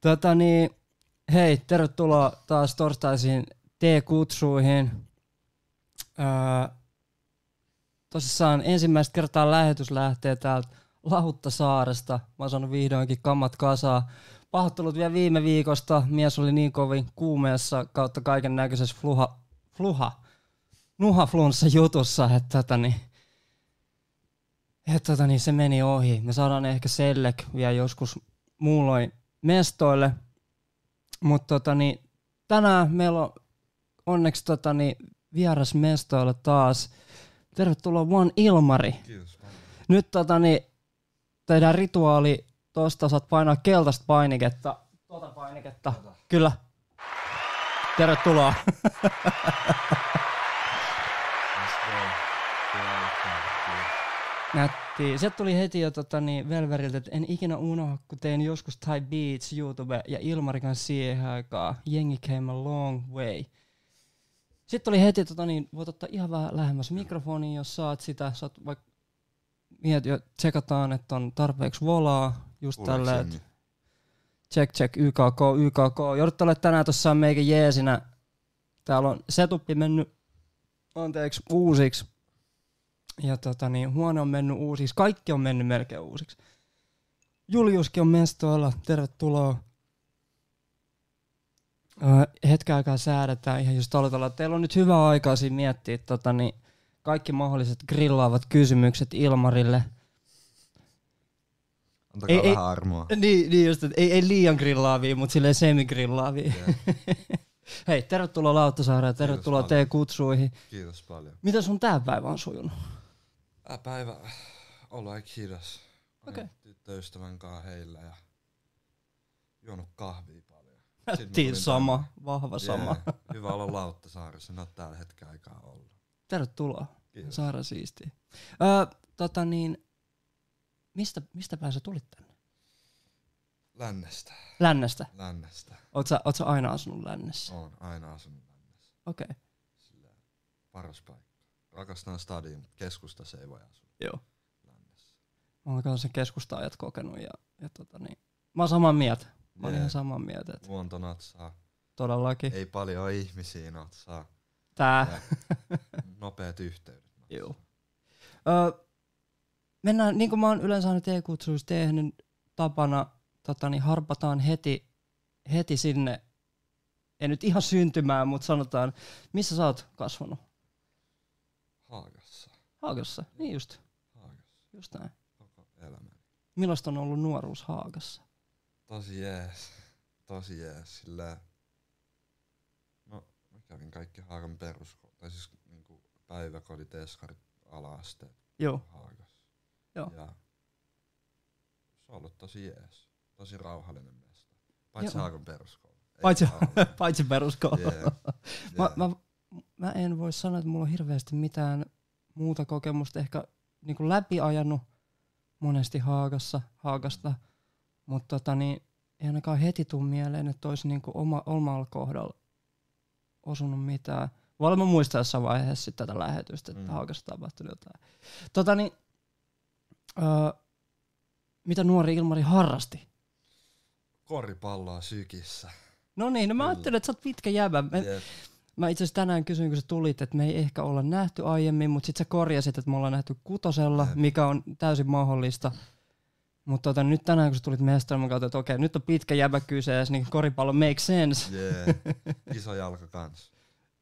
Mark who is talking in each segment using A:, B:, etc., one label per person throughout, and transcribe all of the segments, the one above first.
A: Tota niin, hei, tervetuloa taas torstaisiin T-kutsuihin. Öö, tosissaan ensimmäistä kertaa lähetys lähtee täältä Lahuttasaaresta. Mä oon saanut vihdoinkin kammat kasaa. Pahoittelut vielä viime viikosta. Mies oli niin kovin kuumeessa kautta kaiken näköisessä fluha, fluha, nuhaflunssa jutussa, että tota niin, et tota niin, se meni ohi. Me saadaan ehkä sellek vielä joskus muulloin mestoille. Mutta tota niin, tänään meillä on onneksi tota niin, vieras mestoilla taas. Tervetuloa One Ilmari.
B: Kiitos.
A: Nyt tota niin, tehdään rituaali. Tosta saat painaa keltaista painiketta. Tota painiketta. Kyllä. Tervetuloa.
B: Let's go. Hyvää iltaa.
A: Nätti. Sieltä tuli heti jo tota, niin Velveriltä, että en ikinä unohda, kun tein joskus Thai Beats, YouTube ja Ilmarikan siihen aikaan. Jengi came a long way. Sitten tuli heti, tota, niin voit ottaa ihan vähän lähemmäs mikrofoniin, jos saat sitä. Saat vaikka miet jo tsekataan, että on tarpeeksi volaa. Just
B: Kuuleeko
A: tällä,
B: jengi?
A: että check check YKK, YKK. Joudutte olemaan tänään tuossa meikä jeesinä. Täällä on setuppi mennyt, anteeksi, uusiksi. Ja tota niin, huone on mennyt uusiksi. Kaikki on mennyt melkein uusiksi. Juliuskin on mestoilla. Tervetuloa. Öö, hetken aikaa säädetään ihan just aloitellaan. Teillä on nyt hyvä aikaa siinä miettiä tota niin, kaikki mahdolliset grillaavat kysymykset Ilmarille.
B: Antakaa
A: Ei, ei.
B: vähän armoa.
A: Niin, niin just, että ei, ei liian grillaavia, mutta silleen semigrillaavia.
B: Jee,
A: Hei, tervetuloa Lauttasaareen, tervetuloa
B: paljon.
A: T-kutsuihin.
B: Kiitos paljon.
A: Mitä sun tää päivä on sujunut?
B: Tää päivä on ollut aika hidas. Olin
A: Okei.
B: Tyttöystävän kanssa heillä ja juonut kahvia paljon. Sit mä
A: Tiin
B: olin
A: sama, vahva
B: täällä.
A: sama.
B: Jee, Hyvä olla Lauttasaaressa. No tällä hetken aikaa ollut.
A: Tervetuloa,
B: Kiitos.
A: Saara siisti. Öö, tota niin, mistä, mistä päin sä tulit tänne?
B: Lännestä.
A: Lännestä.
B: Lännestä.
A: Oot sä, oot sä aina asunut lännessä?
B: Oon aina asunut lännessä.
A: Okei. Okay.
B: Sillä paras paikka. Rakastan stadia, mutta keskustassa ei voi asua
A: Joo.
B: lännessä.
A: Mä oon kanssa sen keskustaajat kokenut ja, ja tota niin. Mä oon samaa mieltä. Mä oon
B: Jee,
A: ihan samaa mieltä, että
B: Luonto natsaa.
A: todellakin.
B: Ei paljon ihmisiä natsaa.
A: Tää.
B: nopeat yhteydet.
A: Joo. Öö, mennään, niin kuin mä oon yleensä aina T-kutsuissa tehnyt tapana, tota, niin harpataan heti, heti sinne, ei nyt ihan syntymään, mutta sanotaan, missä sä oot kasvanut?
B: Haagassa.
A: Haagassa, niin just,
B: Haagassa.
A: just näin.
B: Koko elämä.
A: Millaista on ollut nuoruus Haagassa?
B: Tosi jees. Tosi jees. Sillä... No, mä kävin kaikki Haagan peruskoulu. Tai siis niinku päiväkodit, eskarit, ala-asteet
A: Joo,
B: Haagassa.
A: Joo.
B: Ja se on ollut tosi jees. Tosi rauhallinen mesta. Paitsi
A: Joo.
B: Haagan peruskoulu. Ei
A: Paitsi-
B: rauhallinen.
A: paitsi peruskoulu.
B: Jee,
A: Mä,
B: jee.
A: mä, mä en voi sanoa, että mulla on hirveästi mitään muuta kokemusta ehkä niin kuin läpi ajanut monesti Haagassa, Haagasta, mutta tota, niin, ei ainakaan heti tuu mieleen, että olisi niin kuin oma, omalla kohdalla osunut mitään. Voi olla mä muistan jossain vaiheessa sit tätä lähetystä, että
B: Mm.
A: mm. Haagassa tapahtunut jotain. Tota, niin, öö, mitä nuori Ilmari harrasti?
B: Koripalloa sykissä.
A: No niin, no mä
B: Kyllä.
A: ajattelin, että sä oot pitkä jäbä. Me,
B: Jep.
A: Mä itse asiassa tänään kysyin, kun sä tulit, että me ei ehkä olla nähty aiemmin, mutta sit sä korjasit, että me ollaan nähty kutosella,
B: Jep.
A: mikä on täysin mahdollista. Mutta tota, nyt tänään, kun sä tulit mestaan, mä katsoin, että okei, nyt on pitkä jäbä kyseessä, niin koripallo make sense.
B: Jee. Iso jalka kans.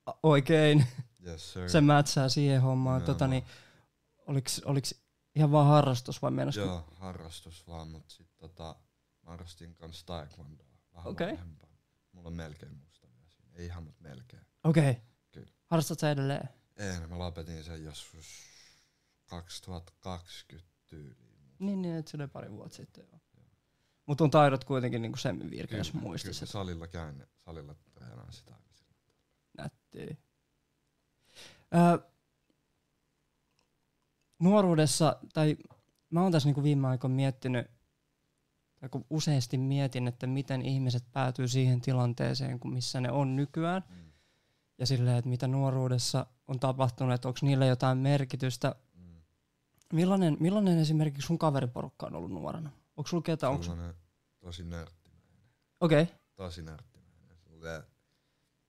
A: A- Oikein,
B: Niin. Yes sir.
A: se mätsää siihen hommaan. Tota,
B: Nimenomaan.
A: niin, oliks, oliks ihan vaan harrastus vai mennä?
B: Joo, harrastus vaan, mutta sit tota, mä harrastin kans taekwondoa vähän
A: Okei.
B: okay. vanhempana. Mulla on melkein musta vielä siinä. Ei ihan, mutta melkein.
A: Okei. Okay.
B: Kyllä.
A: Harrastat sä edelleen?
B: Ei, no mä lopetin sen joskus 2020 tyyliin.
A: Niin, niin, että se oli pari vuotta sitten. Joo. Mutta on taidot kuitenkin niin semmin virkeässä muistissa.
B: kyllä, salilla käyn, salilla treenaan sitä.
A: Nättiä. Öö, nuoruudessa, tai mä oon tässä niinku viime aikoina miettinyt, tai kun useasti mietin, että miten ihmiset päätyy siihen tilanteeseen, kun missä ne on nykyään,
B: Mm.
A: ja silleen, että mitä nuoruudessa on tapahtunut, että onko niillä jotain merkitystä.
B: Mm.
A: Millainen, millainen esimerkiksi sun kaveriporukka on ollut nuorena? Onko sulla ketään? Onko,
B: Sellainen tosi nörttimäinen.
A: Okei.
B: Tosi nörttimäinen. Silleen,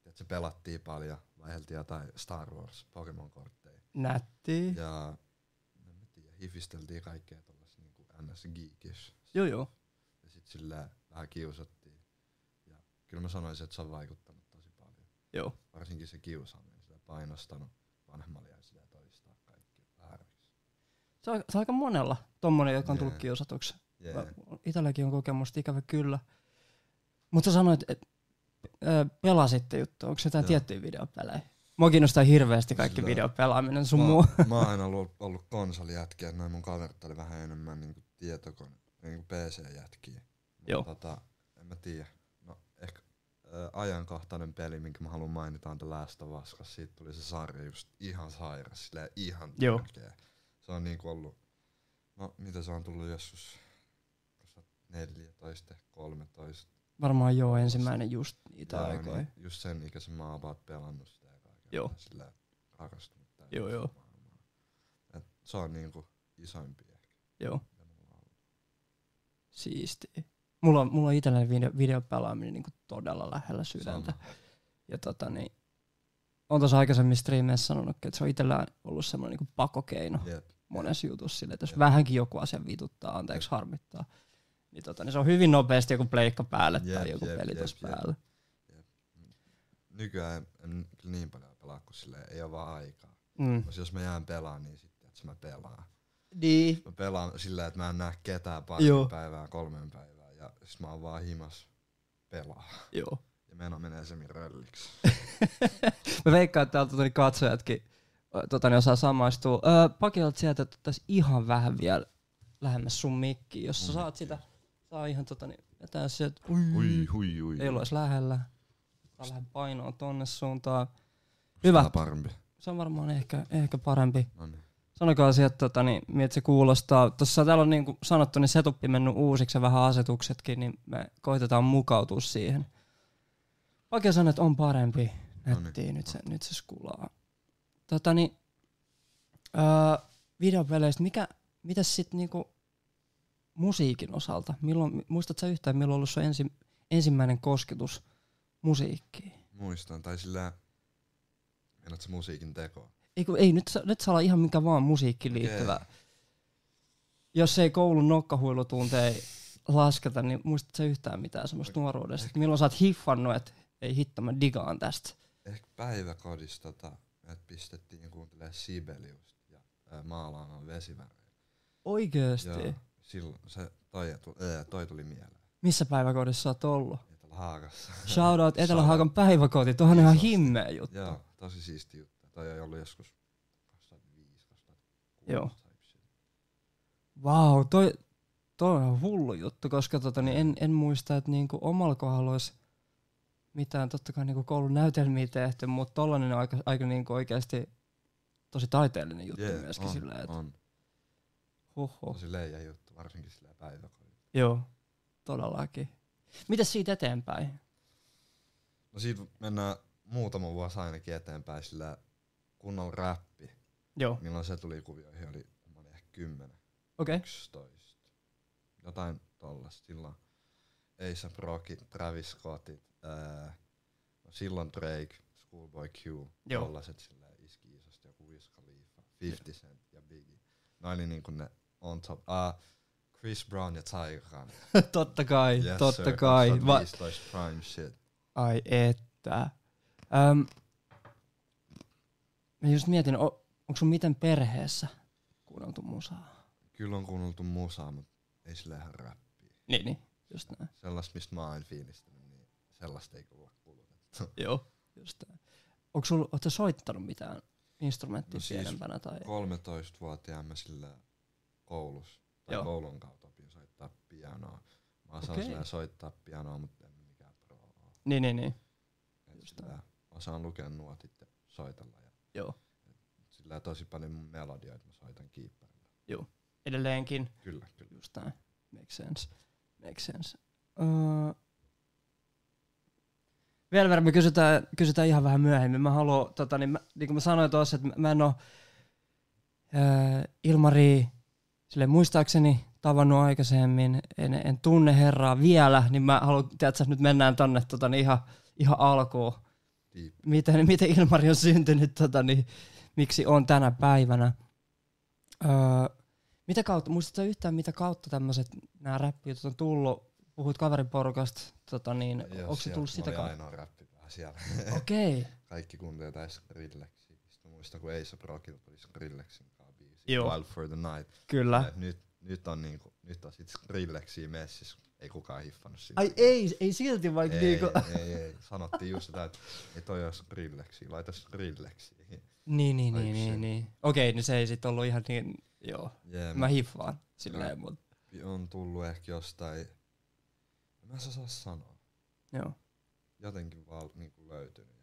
B: että se pelattiin paljon, vaiheltiin jotain Star Wars, Pokemon-kortteja.
A: Nätti.
B: Ja en mä tiedä, hifisteltiin kaikkea tuollaista niinku ns geekish.
A: Joo joo.
B: Ja sit sillä vähän kiusattiin. Ja kyllä mä sanoisin, että se on vaikuttanut tosi paljon.
A: Joo.
B: Varsinkin se kiusaaminen, sitä painostanut vanhemmalle ja sitä toistaa kaikki vääräksi.
A: Se on, se on aika monella tommonen, joka on tullut
B: Jee.
A: kiusatuksi.
B: Yeah.
A: Yeah. Itselläkin on kokemusta, ikävä kyllä. Mutta sä sanoit, että pelasitte juttu. Onko jotain
B: Joo.
A: tiettyjä videopelejä? Mua kiinnostaa hirveästi kaikki
B: Sillä-
A: videopelaaminen sun
B: mä,
A: muu.
B: mä oon aina ollut, ollut konsolijätkiä, että noin mun kaverit oli vähän enemmän niinku tietokone, niinku PC-jätkiä. Mut
A: Joo.
B: Tota, en mä tiedä. No, ehkä ö, ajankohtainen peli, minkä mä haluan mainita, on The Last of Us, koska siitä tuli se sarja just ihan sairas, silleen ihan
A: Joo.
B: tärkeä. Se on niinku ollut, no mitä se on tullut joskus, kun sä oot 14, 13,
A: Varmaan joo, ensimmäinen just niitä
B: Joo,
A: aikoja.
B: Niin, just sen ikäisen mä oon vaan pelannut sitä ja kaiken.
A: Joo.
B: Sillä harrastunut täysin
A: Joo, joo.
B: sitä maailmaa. Et se on niinku isoimpi ehkä.
A: Joo,
B: mitä mulla on ollut.
A: siistiä. Mulla on, mulla on itselläni video, videopelaaminen niin todella lähellä sydäntä.
B: Sama.
A: Ja tota niin, on tuossa aikaisemmin striimeissä sanonutkin, että se on itsellään ollut semmoinen niin pakokeino
B: Jep.
A: monessa jutussa sille, että jos
B: Jep.
A: vähänkin joku asia vituttaa, anteeksi harmittaa, niin, tota, niin se on hyvin nopeasti joku pleikka päälle tai
B: Jep,
A: joku
B: jep,
A: peli
B: jep,
A: tuossa
B: jep.
A: päällä.
B: Nykyään en, en kyllä niin paljon pelaa, kun sille ei ole vaan aikaa.
A: Mm.
B: Mut jos mä jään pelaan, niin sitten että mä pelaan.
A: Niin.
B: Mä pelaan sillä, että mä en näe ketään pari
A: Joo.
B: päivää, kolmen päivää. Ja siis mä oon vaan himas pelaa.
A: Joo.
B: Ja meno menee semin rölliksi.
A: Mä veikkaan, että täältä tuli katsojatkin ö, tota, niin osaa samaistua. Öö, Pakilat sieltä ottaisi ihan vähän vielä lähemmäs sun mikkiä, jos sä
B: Mun
A: saat
B: mikki.
A: sitä. Saa ihan tota, niin vetää sieltä.
B: Mm. Ui,
A: Ui,
B: hui, ui.
A: Mm. ei ole edes lähellä. Saa vähän painoa tonne suuntaan. Hyvä.
B: Tää parempi.
A: Se on varmaan ehkä, ehkä parempi.
B: No niin.
A: Sanokaa sieltä, tota, niin, miltä se kuulostaa. Tuossa täällä on niin kuin sanottu, niin setuppi mennyt uusiksi ja vähän asetuksetkin, niin me koitetaan mukautua siihen. Vaikea sanoa, että on parempi.
B: Noniin.
A: Nättiin, nyt se, nyt se skulaa. Tota niin, öö, videopeleistä, mikä, mitäs sit niinku musiikin osalta? Milloin, muistatko sä yhtään, milloin on ollut sun ensi, ensimmäinen kosketus musiikkiin?
B: Muistan, tai sillä Mennät se musiikin tekoa.
A: Ei, kun, ei nyt, sa- nyt saa olla ihan mikä vaan musiikkiin liittyvä. Jos ei koulun nokkahuilutunteja lasketa, niin muistatko sä yhtään mitään semmoista nuoruudesta? Että Milloin sä oot hiffannut, että ei hitto, mä digaan tästä.
B: Ehkä päiväkodissa tota, että pistettiin kuuntelemaan Sibeliusta ja ää, maalaamaan vesivärejä.
A: Oikeesti?
B: Joo, Silloin se toi, tu- ää, toi tuli mieleen.
A: Missä päiväkodissa sä oot ollut?
B: Etelä-Haakassa.
A: Shoutout Etelä-Haakan päiväkoti, tuohan on ihan
B: Isosti.
A: himmeä juttu.
B: Joo, tosi siisti juttu. Toi ei ollut joskus 2005, 2006.
A: Joo. Vau, wow, toi, toi on ihan hullu juttu, koska tota, niin en, en muista, että niinku omalla kohdalla olisi mitään, totta kai niinku koulun näytelmiä tehty, mutta tollanen on aika, aika niinku oikeasti tosi taiteellinen juttu yeah, myöskin
B: on,
A: sillä, että oh.
B: on.
A: huhhuh.
B: Tosi leijä juttu, varsinkin sillä päiväkodilla.
A: Joo, todellakin. Mitäs siitä eteenpäin?
B: No siitä mennään muutama vuosi ainakin eteenpäin sillä kunnon räppi.
A: Joo,
B: Milloin se tuli kuvioihin, oli, mä olin ehkä kymmenen.
A: okei. Okay.
B: 11. Jotain tollasta. Silloin A$AP Rockit, Travis Scottit, ää, no silloin Drake, Schoolboy Q,
A: Joo.
B: tollaset sillä iski isosti, joku Wiz Khalifa, 50 Cent ja Biggie. Noin oli niinku ne on top. Ah, Chris Brown ja Tiger Khan.
A: totta kai, yes, totta
B: sir,
A: kai. Va-
B: 2015 prime shit.
A: Ai että. Öm, mä just mietin, o, onko sun miten perheessä kuunneltu musaa?
B: Kyllä on kuunneltu musaa, mutta ei sillä ihan räppiä.
A: Niin, niin. Just näin.
B: Sellaista, mistä mä oon fiilistänyt, niin sellaista ei kuulla kuulutettu.
A: Joo. Just näin. Onko sul, oot sä soittanut mitään instrumenttia no
B: No
A: siis,
B: siis-
A: pienempänä? Tai?
B: 13-vuotiaan mä sillä koulussa tai
A: Joo.
B: Joo. koulun kautta opin soittaa pianoa. Mä osaan
A: Okei.
B: okay. sillä soittaa pianoa, mutta en mikään pro oo.
A: Niin, niin, niin.
B: Et
A: Just
B: sillä Osaan lukea nuotit ja soitella. Ja
A: Joo.
B: sillä tosi paljon mun melodioita mä soitan kiipparilla.
A: Edelleenkin.
B: Kyllä, kyllä.
A: Just näin. Makes sense. Makes sense. Uh, Velver, me kysytään, kysytään ihan vähän myöhemmin. Mä haluan, tota, niin, mä, niin kuin mä sanoin tuossa, että mä- mä en ole Ilmari, sille muistaakseni tavannut aikaisemmin, en, en tunne herraa vielä, niin mä haluan, tiedätkö, nyt mennään tonne tota, niin ihan, ihan alkuun.
B: Deep.
A: Miten, miten Ilmari on syntynyt, tota, niin, miksi on tänä päivänä. Öö, mitä kautta, muistatko yhtään mitä kautta tämmöiset nämä räppijutut on tullut? Puhuit kaveriporukasta, tota, niin,
B: Joo,
A: onko se
B: siellä
A: tullut
B: mä
A: sitä
B: olin
A: kautta?
B: ainoa räppipää siellä.
A: Okei.
B: Kaikki kuuntelee tässä Skrillexin. Mä muistan, kun Ace of Rockilla tuli Skrillexin kanssa biisi.
A: Joo.
B: Wild for the Night.
A: Kyllä.
B: Et Nyt, nyt on, niinku, nyt on sit Skrillexia messissä. Ei kukaan hiffannut siitä.
A: Ai ei, ei silti vaikka
B: ei,
A: niinku.
B: ei, ei, Sanottiin just sitä, että ei toi ole Skrillexia, laita Skrillexia.
A: Niin, niin,
B: Ai
A: niin, niin,
B: shit.
A: niin. Okei, niin se ei sit ollut ihan niin, joo.
B: Yeah,
A: Mä hiffaan silleen, mut
B: on tullut ehkä jostain, mä en osaa sanoa,
A: joo.
B: jotenkin vaan niinku löytynyt.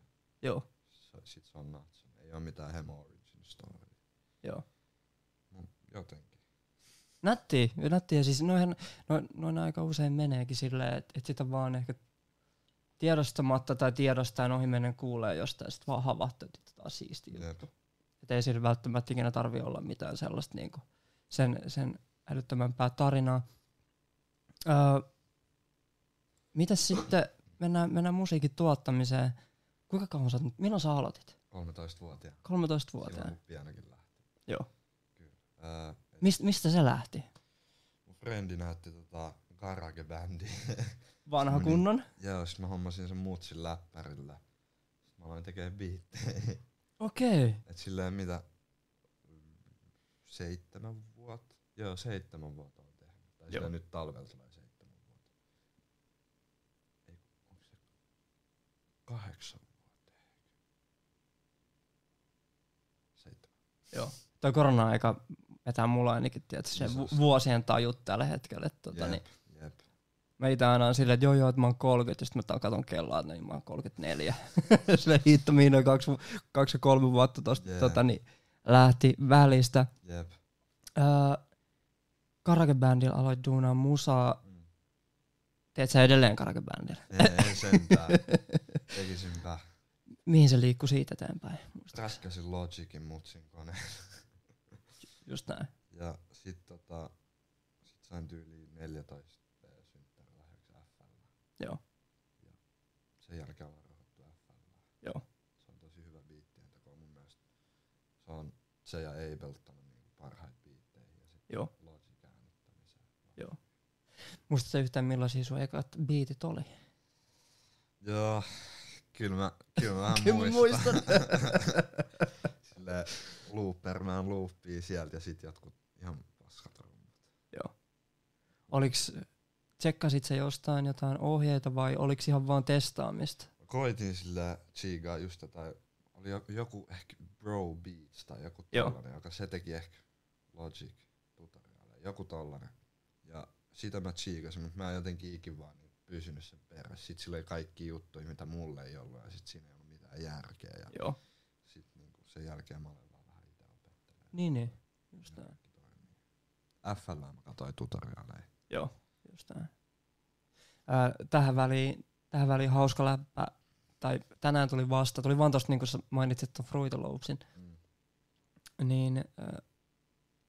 A: Joo,
B: Se, sit se on natsun. Ei ole mitään Hemo Origin Story.
A: joo.
B: Mut jotenkin.
A: Nätti, nätti. Ja siis noihän, noin, noin aika usein meneekin silleen, että et sitä vaan ehkä tiedostamatta tai tiedostaen ohi menen kuulee jostain, sit vaan havahtuu, että tota on siisti juttu.
B: Jep.
A: Et ei siinä välttämättä ikinä tarvi olla mitään sellaista niinku sen, sen älyttömämpää tarinaa. Öö, mitäs sitten, mennään, mennään musiikin tuottamiseen. Kuinka kauan sä oot nyt, milloin sä aloitit?
B: 13-vuotia.
A: 13-vuotiaana.
B: Silloin kun ainakin lähti.
A: Joo.
B: Öö,
A: Mist, mistä se lähti?
B: mun frendi näytti tota garage-bändiä.
A: Vanha
B: Semmonen-
A: kunnon?
B: Joo, sit mä hommasin sen mutsin läppärillä. Sit mä aloin tekee biittejä.
A: Okei. Okay.
B: Et silleen mitä, seitsemän vuotta? Joo, seitsemän vuotta on tehnyt. Tai
A: Joo.
B: silleen nyt talvella tulee seitsemän vuotta. Ei, onko se kahdeksan vuotta ehkä? Seitsemän.
A: Joo. Toi korona-aika vetää mulla ainakin, tiedätkö, se
B: Isosti.
A: vu- vuosien tajut tällä hetkellä. Että, tota,
B: Jep,
A: niin,
B: jep.
A: mä itse aina on silleen, että joo joo, että mä oon 30, ja sitten mä katon kelloa, että niin mä oon 34. Sille hitto miinoin kaksi, vu- kaksi ja kolme vuotta tosta,
B: Jee.
A: tota, niin, lähti välistä.
B: Jep.
A: Öö, Karakebändillä aloit duunaa musaa.
B: Mm.
A: Teet sä edelleen karakebändillä?
B: Ei, ei sentään. Tekisinpä.
A: Mihin se liikkuu siitä eteenpäin? Muistatko?
B: Räskäsin Logicin mutsin koneen.
A: Just näin.
B: Ja sit tota, sit sain tyyliin 14 synttärilahjaksi FL.
A: Joo.
B: Ja sen jälkeen ollaan rahoittu FL.
A: Joo.
B: Se on tosi hyvä biittien teko mun mielestä. Se on se ja Ableton on niinku parhaita biittejä ja sit
A: Joo.
B: Logic äänittämiseen.
A: Muistatko sä yhtään millaisia sun ekat biitit oli?
B: Joo, kyllä mä, kyllä mä vähän
A: Kyllä mä
B: muistan.
A: muistan.
B: Silleen loopermään looppii sieltä ja sit jotkut ihan paskat rummat.
A: Oliks, tsekkasit se jostain jotain ohjeita vai oliks ihan vaan testaamista?
B: Mä koitin sillä Chigaa just tätä, oli jo- joku ehkä Bro Beats tai joku
A: Joo.
B: tollanen, joka se teki ehkä Logic tutoriaaleja, joku tollanen. Ja sitä mä chigasin, mutta mä en jotenkin ikin vaan niinku pysynyt sen perässä. Sit sillä oli kaikki juttuja, mitä mulle ei ollut ja sit siinä ei ollut mitään järkeä. Ja
A: Joo.
B: sit niinku sen jälkeen mä olen vaan vähän ite opettelemaan.
A: Niin, niin. Just näin.
B: FL mä katsoin tutoriaaleja.
A: Joo. Just näin. Ää, tähän, väliin, tähän väliin hauska läppä, tai tänään tuli vasta, tuli vaan tosta, niin kuin sä mainitsit tuon Fruity Loopsin,
B: Mm.
A: niin äh,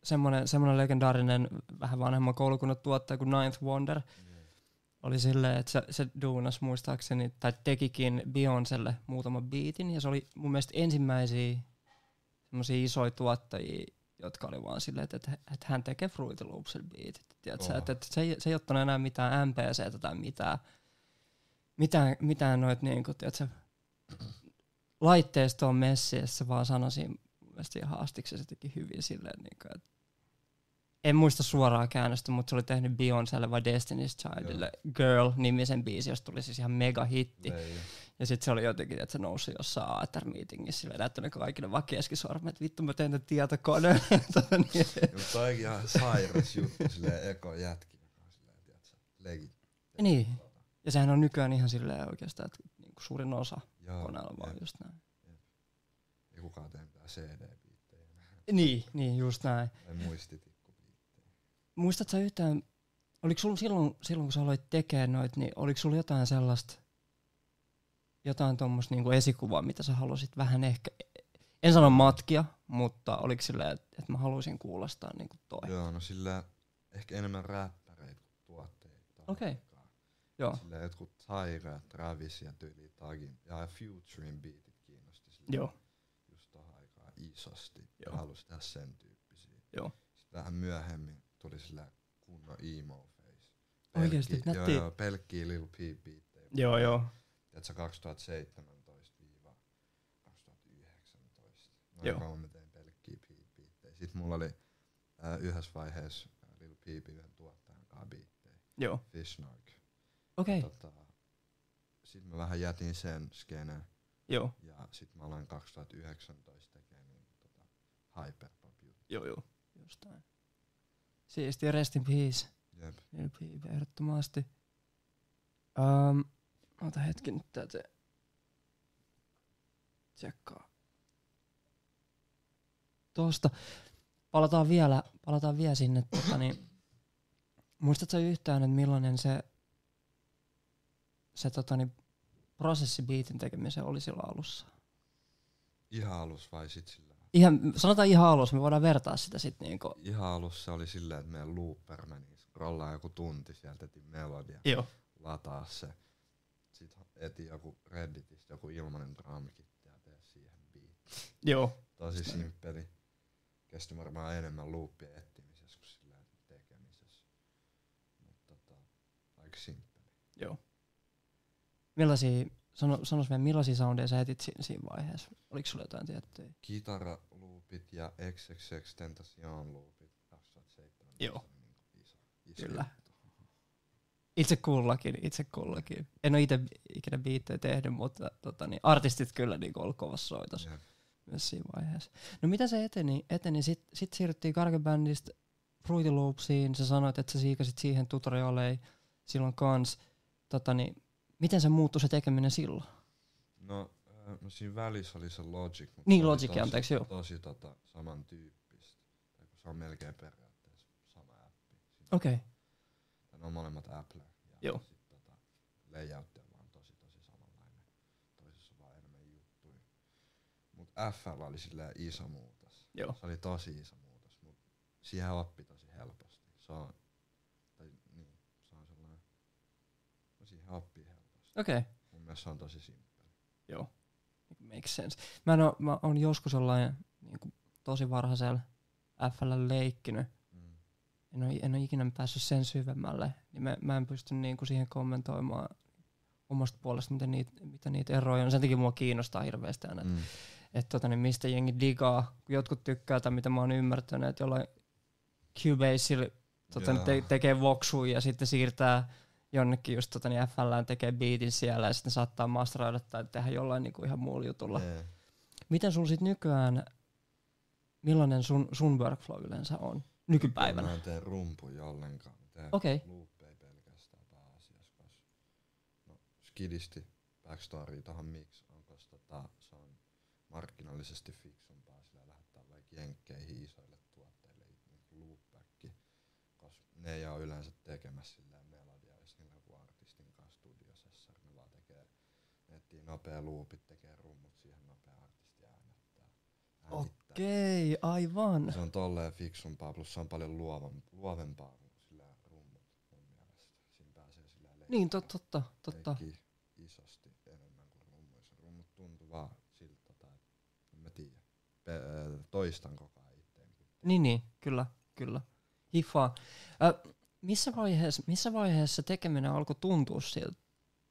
A: semmoinen, semmoinen legendaarinen vähän vanhemman koulukunnan tuottaja kuin Ninth Wonder
B: Mm,
A: oli silleen, että se, se duunas muistaakseni, tai tekikin Beyoncelle muutaman biitin, ja se oli mun mielestä ensimmäisiä semmoisia isoja tuottajia, jotka oli vaan silleen, että, että, että hän tekee Fruity Loopsin biitit. Tiedätkö,
B: Oho.
A: että, että se, ei, se ei ottanut enää mitään MPC tai mitään, mitään, mitään noita niin kuin, tiedätkö, laitteistoon messiä, se vaan sanoi siinä mun mielestä ihan haastiksi, ja se teki hyvin silleen, niin kuin, että en muista suoraa käännöstä, mutta se oli tehnyt Beyoncelle vai Destiny's Childille Girl-nimisen biisi, josta tuli siis ihan mega hitti.
B: Leija.
A: Ja sitten se oli jotenkin, että se nousi jossain ATR-meetingissä silleen näyttänyt kaikille vaan keskisormet, että vittu mä teen tämän tietokoneen. Tota niin.
B: Mutta toi onkin ihan sairas juttu, silleen eko jätki, joka on silleen, tiiätsä, legit.
A: niin. Ja sehän on nykyään ihan silleen oikeastaan, että niinku suurin osa
B: Joo,
A: koneella vaan
B: jep.
A: just näin.
B: Ei kukaan tee mitään CD-biittejä,
A: Niin, niin just näin.
B: tai muistitikkubiittejä.
A: Muistatko sä yhtään, oliko sulla silloin, silloin kun sä aloit tekemään noit, niin oliko sulla jotain sellaista, jotain tuommoista niinku esikuvaa, mitä sä halusit vähän ehkä, en sano matkia, mutta oliko silleen, että, että mä haluaisin kuulostaa niinku toi.
B: Joo, no sillä ehkä enemmän räppäreitä kuin tuotteita.
A: Okei.
B: ollenkaan.
A: Joo.
B: Silleen jotkut Tyra, Travis ja tyyli Tagin ja Futurin beatit kiinnosti silleen
A: Joo.
B: just tohon aikaan isosti.
A: Joo.
B: Joo. Halusi tehdä sen tyyppisiä.
A: Joo.
B: Sitten vähän myöhemmin tuli sillä kunnon emo face.
A: Oikeesti,
B: Pelkkiä-
A: nätti.
B: Joo, joo, pelkkiä Lil Peep biittejä.
A: Joo, joo.
B: Tiedätkö, 2017-2019. No
A: Joo.
B: joo. kauan mä tein pelkkiä Peep biittejä. Sitten mulla oli äh, yhdessä vaiheessa ää, Lil Peepin yhden tuottajan kanssa biittejä.
A: Joo.
B: Fishnark.
A: Okei. Okay.
B: Tota, sitten mä vähän jätin sen skenen
A: Joo.
B: ja sitten mä aloin 2019 tekemään niin, tota, hyperpop juttu.
A: Joo, joo. Jostain. Siisti, rest in peace.
B: Jep.
A: Lil Peep, ehdottomasti. Um, ota hetki nyt täytyy tsekkaa. Tuosta. Palataan vielä, palataan vielä sinne. Tota, niin, muistatko yhtään, että millainen se, se tota, niin, prosessi biitin tekemiseen oli silloin alussa?
B: Ihan alus vai sit sillä?
A: Ihan, sanotaan ihan alussa, me voidaan vertaa sitä sitten. Niin
B: Ihan alussa oli silleen, että meidän looper meni, scrollaan joku tunti sieltä, etin melodia,
A: Joo.
B: lataa se. Sitten eti joku Redditistä joku ilmanen draamikitti ja tee siihen biitti.
A: Joo.
B: Tosi simppeli. Kesti varmaan enemmän loopien etsimisessä kuin sillä tekemisessä. Mutta tota, aika simppeli.
A: Joo. Millaisia, sano, sanois vielä, millaisia soundeja sä etit siinä, siinä vaiheessa? Oliko sulla jotain tiettyä?
B: kitaraluupit ja XXX Tentacion luupit 2007.
A: Joo.
B: Niin iso, iso
A: Kyllä.
B: juttu.
A: Itse kullakin, itse kullakin. En ole itse ikinä biittejä tehnyt, mutta tota, niin, artistit kyllä niin ollut kovassa soitossa
B: Jep.
A: myös siinä vaiheessa. No mitä se eteni? eteni? Sitten sit siirryttiin karkebändistä Fruity Loopsiin. Sä sanoit, että sä siikasit siihen tutorialeihin silloin kans. Tota, niin, miten se muuttui se tekeminen silloin?
B: No, äh, no siinä välissä oli se Logic. Mutta
A: Niin,
B: se oli
A: Logic,
B: tosi,
A: anteeksi, joo.
B: Tosi tota, samantyyppistä. Tai kun se on melkein periaatteessa sama appi. Siinä
A: Okei. Okay.
B: Tai ne on molemmat Apple. Ja
A: Joo.
B: Sit, tota, layout on vaan tosi tosi samanlainen. Toisessa on vaan enemmän juttuja. Mut FL oli silleen iso muutos.
A: Joo.
B: Se oli tosi iso muutos, mut siihen oppi tosi helposti. Se on, tai niin, se on sellainen, no siihen oppii helposti.
A: Okei.
B: Mun mielestä se on tosi simppeli.
A: Joo. Makes sense. Mä, en oo, mä oon joskus sellainen niin kuin, tosi varhaisella FL leikkinyt.
B: Mm.
A: En ole, en ole ikinä päässyt sen syvemmälle. Niin mä, mä en pysty niin kuin, siihen kommentoimaan omasta puolesta, miten niitä, mitä niitä eroja on. Sen takia mua kiinnostaa hirveästi aina, mm.
B: Mm.
A: että tota, niin mistä jengi digaa. Kun jotkut tykkää tai mitä mä oon ymmärtänyt, että jollain Cubasella tota,
B: Joo.
A: te, tekee voksuja ja sitten siirtää jonnekin just tota, niin FLään tekee beatin siellä ja sitten saattaa masteroida tai tehdä jollain niin kuin ihan muulla jutulla.
B: Jee.
A: Miten sun sit nykyään, millainen sun, sun workflow yleensä on nykypäivänä?
B: Mä en tee rumpuja ollenkaan. Mä teen
A: Okei.
B: looppeja pelkästään pääasiassa, koska no, skidisti backstory tohon miksi on, koska tota, se on markkinallisesti fiksumpaa sillä lähettää vaikka jenkkeihin isoille tuotteille niin loopbacki, koska ne ei ole yleensä tekemässä sillä melodiaa, jos niillä on joku artistin kanssa studiosessari, ne vaan tekee, ne etsii nopea loopit, tekee rummut siihen nopea artisti äänittää. äänittää.
A: Okei, aivan.
B: Se on tolleen fiksumpaa, plus se on paljon luovan, luovempaa kuin sillä rummut mun mielestä. Siinä pääsee sillä leikkiä,
A: Niin, tot, totta, totta.
B: isosti enemmän kuin rummuissa. Rummut tuntuu vaan siltä, tai en mä tiedä. Pe- ö, toistan koko ajan itteen.
A: Niin, niin, kyllä, kyllä. Hiffaa. Ö, missä, vaiheessa, missä vaiheessa se tekeminen alkoi tuntua siltä,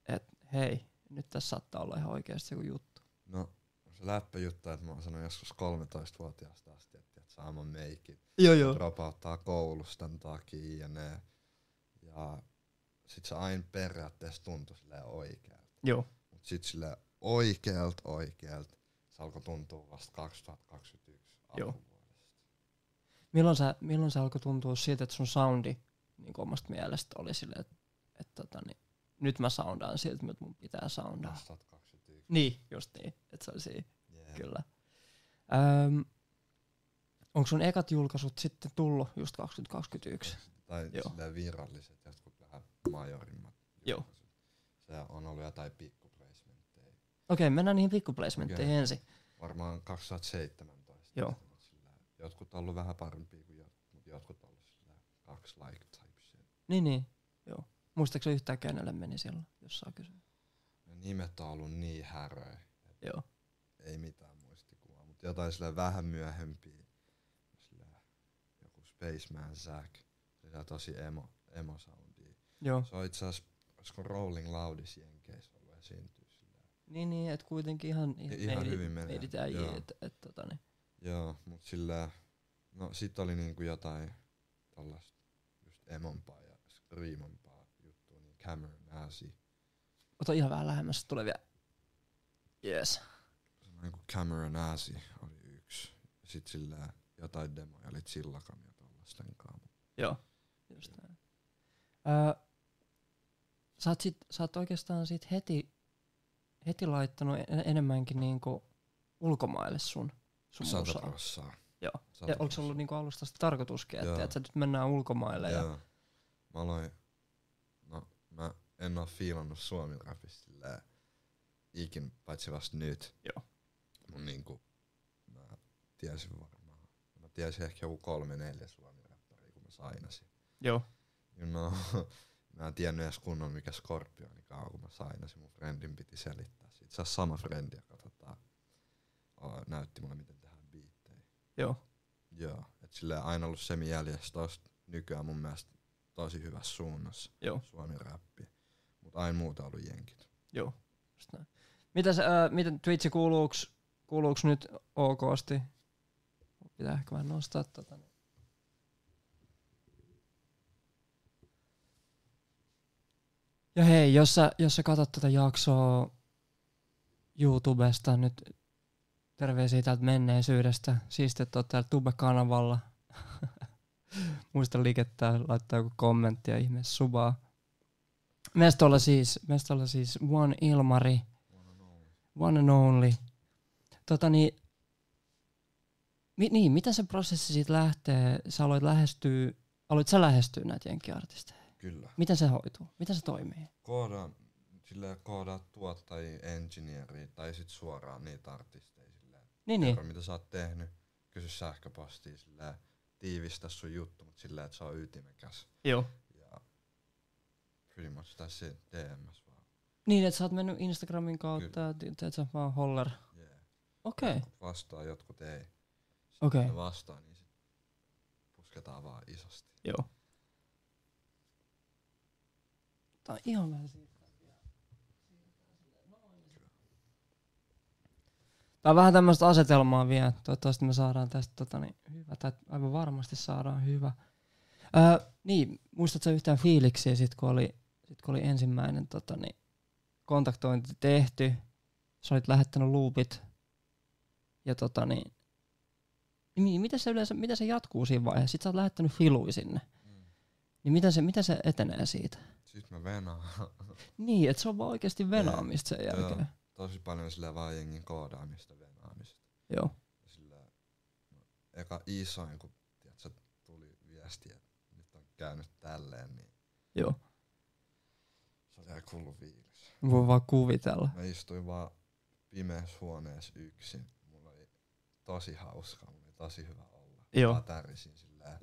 A: että hei, nyt tässä saattaa olla ihan oikeasti joku juttu?
B: No, se läppäjuttu, että mä oon sanonut joskus 13-vuotiaasta asti, että tiedät, saa mun meikin.
A: Joo,
B: dropauttaa koulusta tämän takia ja ne. Ja sit se aina periaatteessa tuntui silleen oikealta.
A: Joo,
B: Mut sit sille oikealt oikealt se alkoi tuntua vasta 2021
A: Joo.
B: alkuvuodesta.
A: Milloin se, milloin se alkoi tuntua siltä, että sun soundi niin omasta mielestä oli silleen, että, että tota, niin, nyt mä soundaan siltä, mitä mun pitää soundaa?
B: 2021.
A: Niin, just niin, että se oli siinä.
B: Yeah.
A: Mm. Kyllä. Öm, onko sun ekat julkaisut sitten tullut just 2021?
B: Tai
A: Joo.
B: silleen viralliset, jotkut vähän majorimmat.
A: Joo.
B: julkaisut. Se on ollut jotain pikkuplacementteja.
A: Okei, mennään niihin pikkuplacementteihin
B: Okei.
A: ensin.
B: Varmaan 2017.
A: Joo.
B: Mut silleen Jotkut on ollut vähän parempia kuin jotkut, mutta jotkut on ollut silleen kaksi like type shit.
A: Niin, niin. Joo. Muistaakseni yhtään kenelle meni silloin, jos saa kysyä.
B: Ne nimet on ollut niin häröi.
A: Joo.
B: Ei mitään muistikuvaa, mutta jotain sillä vähän myöhempiä. Sillä joku Spaceman Zack. Sillä tosi emo, emo soundia.
A: Joo.
B: Se on itse asiassa, olisiko Rolling Loudis Jenkeissä ollut esiintyä sillä.
A: Niin, niin, että kuitenkin ihan,
B: I- ihan hyvin menee.
A: meidit äijii,
B: Joo.
A: että et, tota niin.
B: Joo, mut sillä, no sit oli niinku jotain tollasta just emompaa ja screamompaa juttua, niin Cameron Asi.
A: Ota ihan vähän lähemmäs, tulee vielä. Yes.
B: Semmoinen kuin niinku Cameron Asi oli yksi. Sit sillä jotain demoja oli Chillakan ja tollasten kanssa.
A: Joo. Just näin. Öö, sä, oot sit, sä oot oikeastaan sit heti, heti laittanut en, enemmänkin niinku ulkomaille sun, sun
B: Sata
A: musaa.
B: prossaa.
A: Joo.
B: Sata
A: Ja oliko se
B: prossaa.
A: ollut niinku alusta asti tarkoituskin,
B: Joo.
A: että et sä nyt mennään ulkomaille? Ja,
B: Joo. Mä aloin, no mä en oo fiilannut suomirapista sillä ikin, paitsi vasta nyt.
A: Joo.
B: Mun niinku, mä tiesin varmaan, mä tiesin ehkä joku kolme neljä suomirapparia, kun mä sainasin.
A: joo.
B: You know, Niin mä en tiennyt edes kunnon mikä Skorpionikaan on, niin kun mä sainasin, mun friendin piti selittää. Itse asiassa sama friendi, joka tota, o, näytti mulle, miten tehdään biittejä.
A: Joo.
B: Joo, et sillä aina ollut semi jäljessä tosta nykyään mun mielestä tosi hyvässä suunnassa.
A: Joo.
B: Suomi räppi. Mut aina muuta ollut jenkit.
A: Joo. Just näin. Mitäs, ää, miten Twitch kuuluuks, kuuluuks nyt okosti? Pitää ehkä vähän nostaa tota. niin. Ja hei, jos sä, jos sä katsot tätä jaksoa YouTubesta nyt terveisiä täältä menneisyydestä. Siistet oot täällä Tube-kanavalla. Muista liikettää, laittaa joku kommentti ja ihmeessä subaa. Mestolla siis, mestolla siis One Ilmari, One and Only. Tota niin, mi, niin, mitä se prosessi siitä lähtee? Sä aloit lähestyä, aloit sä lähestyä näitä jenkiartisteja.
B: Kyllä.
A: Miten se hoituu? Miten se toimii?
B: Koodaa, sillä koodaa tuottajia, engineeriä tai sit suoraan niitä artisteja sillä
A: Niin, niin.
B: kerro mitä sä oot tehnyt, kysy sähköpostia sillä tiivistä sun juttu, mut sillä että se on ytimekäs.
A: Joo.
B: Ja pretty much tässä DMS vaan.
A: Niin, että sä oot mennyt Instagramin kautta ja ti- teet sä vaan holler.
B: Yeah.
A: Okei. Okay.
B: Jotkut vastaa, jotkut ei. Sit
A: Okei.
B: kun ne vastaa, niin sit pusketaan vaan isosti.
A: Joo. Tää on ihan vähän siitä. Tää on vähän tämmöistä asetelmaa vielä. Toivottavasti me saadaan tästä tota, niin, hyvä, tai aivan varmasti saadaan hyvä. Öö, niin, muistatko yhtään fiiliksiä sit kun oli, sit, kun oli ensimmäinen tota, niin, kontaktointi tehty? Sä olit lähettänyt loopit. Ja tota niin, niin mitä se yleensä, mitä se jatkuu siinä vaiheessa? Sitten sä oot lähettänyt filui sinne.
B: Mm.
A: Niin miten se, miten se etenee siitä?
B: Sit mä venaan.
A: Niin, että se on vaan oikeasti venaamista sen
B: Joo.
A: jälkeen.
B: tosi paljon sillä vaan jengin koodaamista, venaamista.
A: Joo.
B: Sillä no, eka isoin, kun tiedätkö, tuli viesti, että nyt on käynyt tälleen, niin
A: Joo.
B: se oli ihan kullu fiilis.
A: Voi vaan kuvitella.
B: Mä istuin vaan pimeässä huoneessa yksin. Mulla oli tosi hauskaa, mulla oli tosi hyvä olla.
A: Joo.
B: Mä tärisin sillä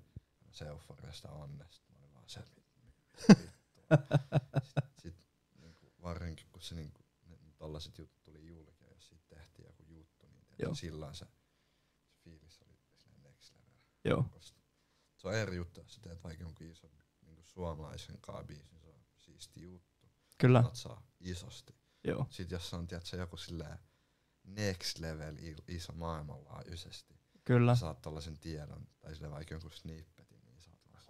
B: se euforiasta onnesta. Mä olin vaan se, mit- mit- vittua. Sit, sit niinku, varsinkin kun se niinku, ne, ne tollaset jutut tuli julki, ja jos siitä tehtiin joku juttu, niin
A: Joo.
B: tiedät, silloin se, se fiilis oli siinä next level.
A: Joo.
B: Koska Se on eri juttu, jos sä teet vaikka jonkun ison niinku suomalaisen kaa biisin, se on siisti juttu.
A: Kyllä.
B: Satsaa isosti.
A: Joo.
B: Sit jos on tiedätkö, joku silleen next level il- iso maailmanlaajuisesti,
A: Kyllä.
B: saat tollasen tiedon, tai sille vaikka jonkun snippetin, niin saat vaan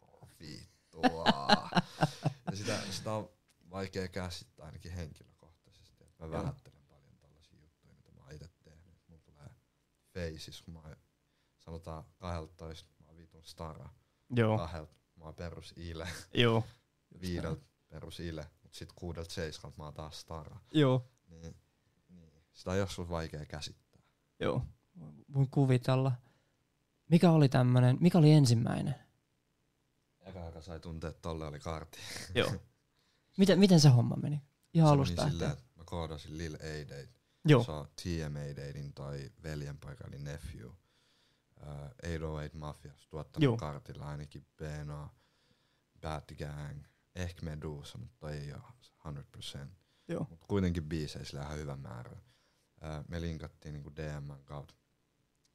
B: "Oh, vittua. ja sitä, sitä on vaikea käsittää ainakin henkilökohtaisesti. Et mä
A: Joo.
B: vähättelen paljon tällaisia juttuja, mitä mä oon ite tehnyt. Et Mulla tulee faces, kun mä oon, sanotaan 12, mä oon vitun stara.
A: Joo.
B: Kahdelta mä oon perus ile,
A: Joo.
B: viideltä perus ile, mut sit kuudelta seiskalta mä oon taas stara.
A: Joo.
B: Niin, niin. Sitä on joskus vaikea käsittää.
A: Joo. Voin kuvitella. Mikä oli tämmönen, mikä oli ensimmäinen?
B: Eka, joka sai tuntea, että tolle oli karti.
A: Joo. Miten, miten se homma meni? Ihan
B: Se
A: alusta
B: meni niin silleen,
A: lähtien.
B: että mä koodasin Lil Aidate.
A: Joo.
B: Se on TM Aidatein tai veljenpoika, eli nephew. Ö, äh, 808 Mafias tuottanut
A: Juu.
B: Juu. kartilla ainakin Beno, Bad Gang, ehkä Medusa, mutta ei ole 100%.
A: Joo.
B: Mut kuitenkin biiseissä ihan hyvä määrä. Ää, me linkattiin niinku DMn kautta,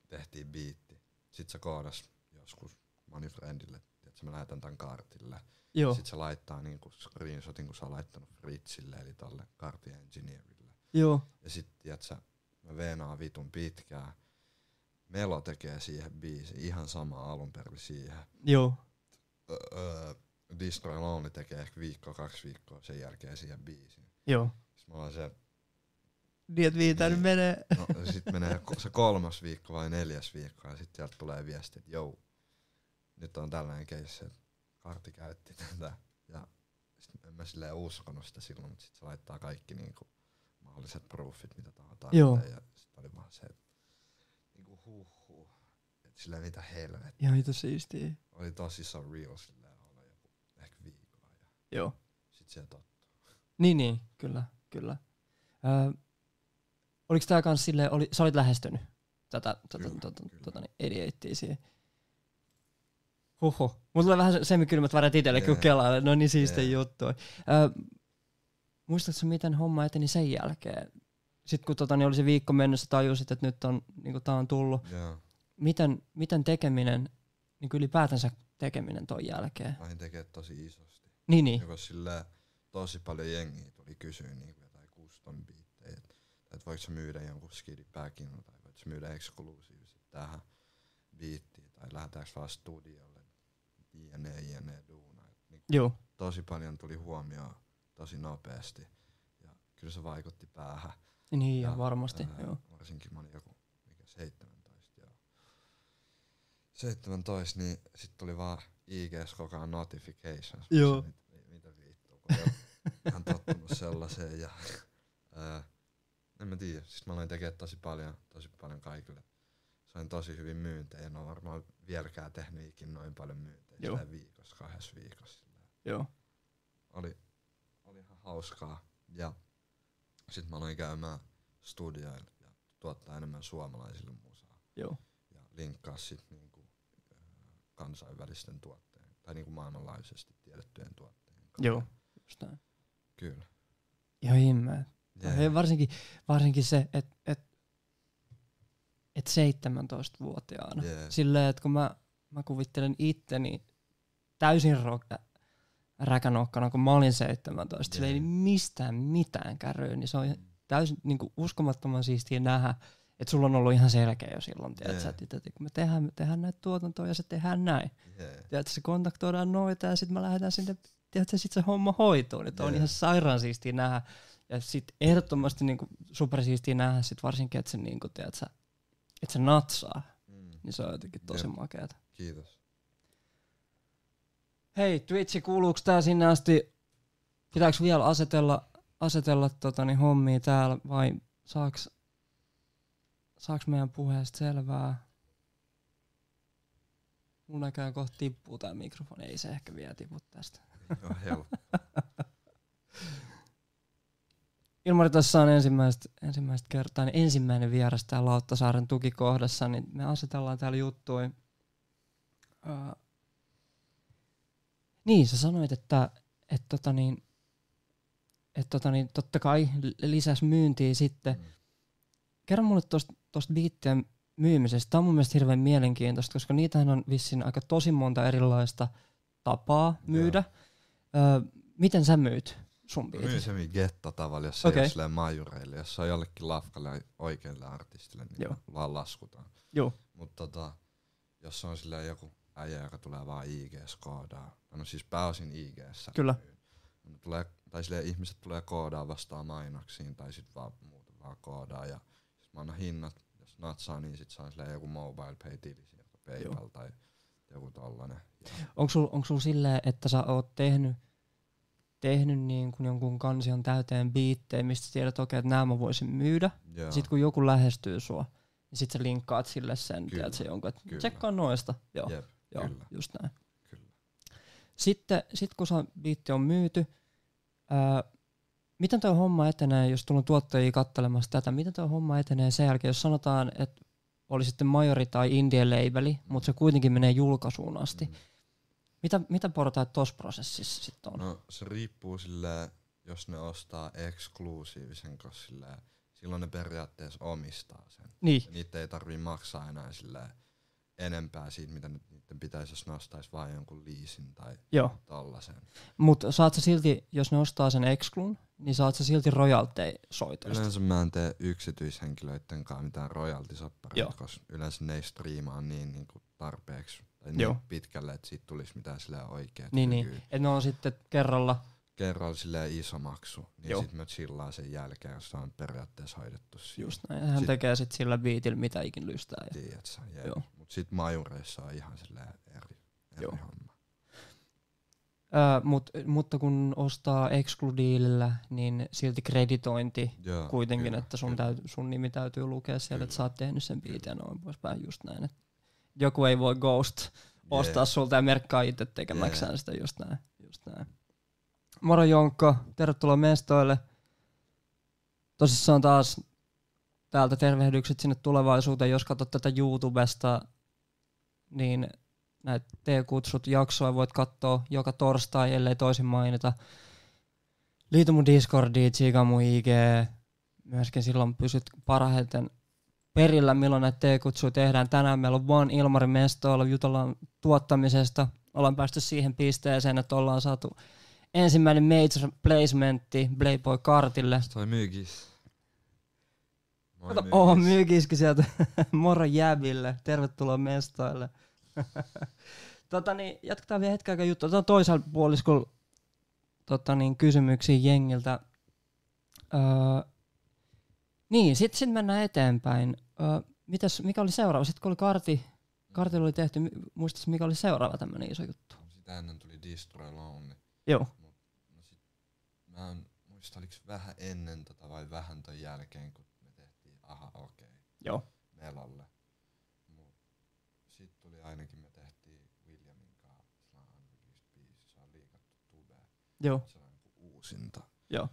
B: tehtiin biitti. Sitten se koodas joskus moni friendille, että mä lähetän tämän kartille.
A: Joo,
B: Sitten se laittaa niinku screenshotin, kun sä oot laittanut Fritzille, eli tolle kartin engineerille.
A: joo,
B: Ja sit, tiiätsä, mä veenaan vitun pitkään. Melo tekee siihen biisi, ihan sama alun perin siihen.
A: joo,
B: Öö, öö, Destroy Lonely tekee ehkä viikko, kaksi viikkoa sen jälkeen siihen biisiin.
A: joo.
B: Sitten mä oon se,
A: Diet viitään
B: Niin.
A: menee.
B: no sit menee ko- se kolmas viikko vai neljäs viikko ja sit sieltä tulee viesti, että jou, nyt on tällainen keissi, että Karti käytti tätä. Ja sit en mä silleen uskonut sitä silloin, mutta sit se laittaa kaikki niinku mahdolliset proofit, mitä tahansa
A: Joo.
B: Ja sit oli vaan se, että niinku huh huh. Et silleen mitä helvet.
A: Ihan hito siistiä.
B: Oli tosi surreal silleen olla joku ehkä viikolla. Ja
A: Joo.
B: sit se tot,
A: Niin, niin, kyllä, kyllä. Öö, oliko tää kans silleen, oli, sä olit lähestynyt tätä, tätä
B: Kyllä,
A: tota,
B: kyllä.
A: tota, niin, ideittiä siihen. Huhhuh. Mulla tulee vähän semikylmät väret itselle, kun
B: Jee.
A: kelaa, no niin siisti
B: Jee.
A: juttu. Öö, muistatko miten homma eteni sen jälkeen? Sitten kun tota, niin oli se viikko mennyt, sä tajusit, että nyt on, niin tää on tullut.
B: joo,
A: Miten, miten tekeminen, niin ylipäätänsä tekeminen ton jälkeen?
B: mä en tekee tosi isosti.
A: Niin, niin.
B: Joka sillä tosi paljon jengiä tuli kysyä niin kuin jotain custom biittejä, että et voiko sä myydä jonkun skidipääkin tai voiko sä myydä eksklusiivisesti tähän biittiin tai lähdetäänkö vaan studiolle jne jne duuna. Et Niin
A: Joo,
B: tosi paljon tuli huomioon tosi nopeasti ja kyllä se vaikutti päähän.
A: niin ja,
B: Ja,
A: varmasti.
B: ää,
A: joo.
B: Varsinkin mä olin joku mikä 17. Joo. 17, niin sitten tuli vaan IGS koko ajan notifications. Mä
A: Joo.
B: sanoin, "Mit- Mitä vittua, kun ei ole ihan tottunut sellaiseen. Ja, ää, en mä tiedä, siis mä aloin tekemään tosi paljon, tosi paljon kaikille. Sain tosi hyvin myyntejä, en ole varmaan vieläkään tehnyt ikin noin paljon myyntejä
A: Joo.
B: silleen viikossa, kahdessa viikossa. silleen
A: Joo.
B: oli, oli ihan hauskaa. Ja sitten mä aloin käymään studioilla ja tuottaa enemmän suomalaisille musaa.
A: Joo.
B: Ja linkkaa sitten niinku, ö, kansainvälisten tuotteen tai niinku maailmanlaajuisesti tiedettyjen tuotteen kanssa.
A: Joo. Just näin.
B: Kyllä.
A: Ihan himmeä.
B: Jee.
A: Yeah. Varsinkin, varsinkin se, että et, et 17-vuotiaana. Yeah.
B: Jee.
A: Silleen, että kun mä, mä kuvittelen itteni täysin rock, räkänokkana, kun mä olin 17. Sillä
B: Jee.
A: ei mistään mitään kärryä, niin se on ihan
B: Mm.
A: täysin niin kuin uskomattoman siistiä nähdä, että sulla on ollut ihan selkeä jo silloin, tiedät, sä,
B: Jee.
A: että itse, että kun me tehdään, me tehdään näitä tuotantoja ja se tehdään näin.
B: Jee.
A: tiedätkö, se kontaktoidaan noita ja sitten me lähdetään sinne, tiedätkö, sit se homma hoitoon. Että on
B: Jee.
A: ihan sairaan siistiä nähdä. Ja sitten ehdottomasti niinku supersiistiä nähdä sit varsinkin, että se, niinku, tiedätkö, että se natsaa.
B: Mm.
A: Niin se on jotenkin tosi
B: Jep.
A: makeata.
B: Kiitos.
A: Hei, Twitchi, kuuluuko tää sinne asti? Pitääkö vielä asetella, asetella tota, niin hommia täällä vai saaks, saaks meidän puheesta selvää? Mun näköjään kohta tippuu tää mikrofoni, ei se ehkä vielä tipu tästä.
B: Ei oo helppo.
A: Ilmari tässä on ensimmäistä, ensimmäistä kertaa, niin ensimmäinen vieras täällä Lauttasaaren tukikohdassa, niin me asetellaan täällä juttuja. Ää, niin, sä sanoit, että et, tota niin, et, tota niin, totta kai l- lisäs myyntiä sitten.
B: Mm.
A: Kerro mulle tuosta tosta biittien myymisestä. Tämä on mun mielestä hirveän mielenkiintoista, koska niitähän on vissiin aika tosi monta erilaista tapaa myydä. Öö, miten sä myyt sun biitit?
B: Myy se mi getta tavalla, jos se okay.
A: Okei.
B: ei ole majureille, jos se on jollekin lafkalle oikealle artistille, niin
A: Joo.
B: vaan laskutaan.
A: Joo.
B: Mutta tota, jos on sillä joku äijä, joka tulee vaan IGS koodaa, no siis pääosin IGS.
A: Kyllä.
B: Ne Tulee, tai sille ihmiset tulee koodaa vastaan mainoksiin tai sit vaan muuta vaan koodaa ja sit mä annan hinnat, jos natsaa niin sit saa sille joku mobile pay tili sieltä PayPal
A: Joo.
B: tai joku tollanen. Ja,
A: Onko sulla onko sul silleen, että sä oot tehnyt, tehnyt niin kun jonkun kansion täyteen biittejä, mistä sä tiedät, okei, että nämä mä voisin myydä.
B: joo,
A: Sitten kun joku lähestyy sua, niin sit sä linkkaat sille sen,
B: Kyllä,
A: tiedät sä jonkun, että
B: kyllä.
A: tsekkaa noista. Joo,
B: jep,
A: joo
B: kyllä.
A: just näin.
B: kyllä.
A: Sitten sit kun saa biitti on myyty, ää, miten tuo homma etenee, jos tulla on tuottajia kattelemassa tätä, miten tuo homma etenee sen jälkeen, jos sanotaan, että oli sitten majori tai indie labeli, mutta se kuitenkin menee julkaisuun asti.
B: Mm.
A: Mitä, mitä portaat tuossa prosessissa sitten on?
B: No se riippuu sillä, jos ne ostaa eksklusiivisen, koska sillä, silloin ne periaatteessa omistaa sen.
A: Niin,
B: Ja niitä ei tarvii maksaa enää sillä enempää siitä, mitä nyt niiden pitäisi, jos ne ostaisi vain jonkun liisin tai
A: joo.
B: tällaisen.
A: Mutta saat sä silti, jos ne ostaa sen Exclun, niin saat sä silti royalteja soitoista.
B: Yleensä mä en tee yksityishenkilöiden kanssa mitään royaltisoppareita,
A: Joo.
B: koska yleensä ne ei striimaa niin, niin kuin tarpeeksi tai niin
A: Joo.
B: pitkälle, että siitä tulisi mitään sillä oikeaa
A: Niin, niin. Et ne on sitten kerralla,
B: kerralla silleen iso maksu, niin
A: Joo.
B: sitten me chillaan sen jälkeen, jos se on periaatteessa hoidettu siinä.
A: just näin. Hän
B: Sit-
A: tekee sitten sillä biitillä mitä ikin lystää. Ja.
B: Tiedät sä,
A: Joo.
B: Mut sit majureissa on ihan silleen eri, eri
A: Joo.
B: homma.
A: Ö, mut, mutta kun ostaa Excludealillä, niin silti kreditointi
B: Joo,
A: kuitenkin,
B: Ah, kyllä,
A: että sun,
B: kyllä.
A: täyt, sun nimi täytyy lukea siellä, että
B: Kyllä.
A: sä oot tehnyt sen biitin ja noin poispäin just näin. Et joku ei voi ghost ostaa sulta ja merkkaa itse tekemäksään sitä just näin. Just näin. Moro Jonkko, tervetuloa mestoille. Tosissaan taas täältä tervehdykset sinne tulevaisuuteen. Jos katsot tätä YouTubesta, niin näitä T-kutsut jaksoja voit katsoa joka torstai, ellei toisin mainita. Liity mun Discordiin, tsiikaa mun IG. Myöskin silloin pysyt parhaiten perillä, milloin näitä T-kutsuja tehdään. Tänään meillä on vaan Ilmari Mestoilla, jutellaan tuottamisesta. Ollaan päästy siihen pisteeseen, että ollaan saatu ensimmäinen major placementti Playboy Kartille.
B: Toi myykis. Moi
A: Kato, oho, myykiski sieltä. Moro Jäbille. Tervetuloa mestoille. tota niin, jatketaan vielä hetken aikaa juttua. Otetaan toisella puoliskolla tota niin, kysymyksiä jengiltä. Öö, niin, sitten sit mennään eteenpäin. Öö, mitäs, mikä oli seuraava? Sitten kun oli karti, kartilla oli tehty, mi- muistas mikä oli seuraava tämmöinen iso juttu?
B: Sitä ennen tuli Destroy Lonely.
A: Joo.
B: No sit, mä en muista, oliks vähän ennen tota vai vähän ton jälkeen, kun me tehtiin Aha okei. Okay,
A: Joo.
B: Melalle. Mut sit tuli ainakin me tehtiin Williamin kanssa. sellainen unreleased biisi, Se on liikattu tubeen.
A: Joo.
B: se on niinku uusinta.
A: Joo.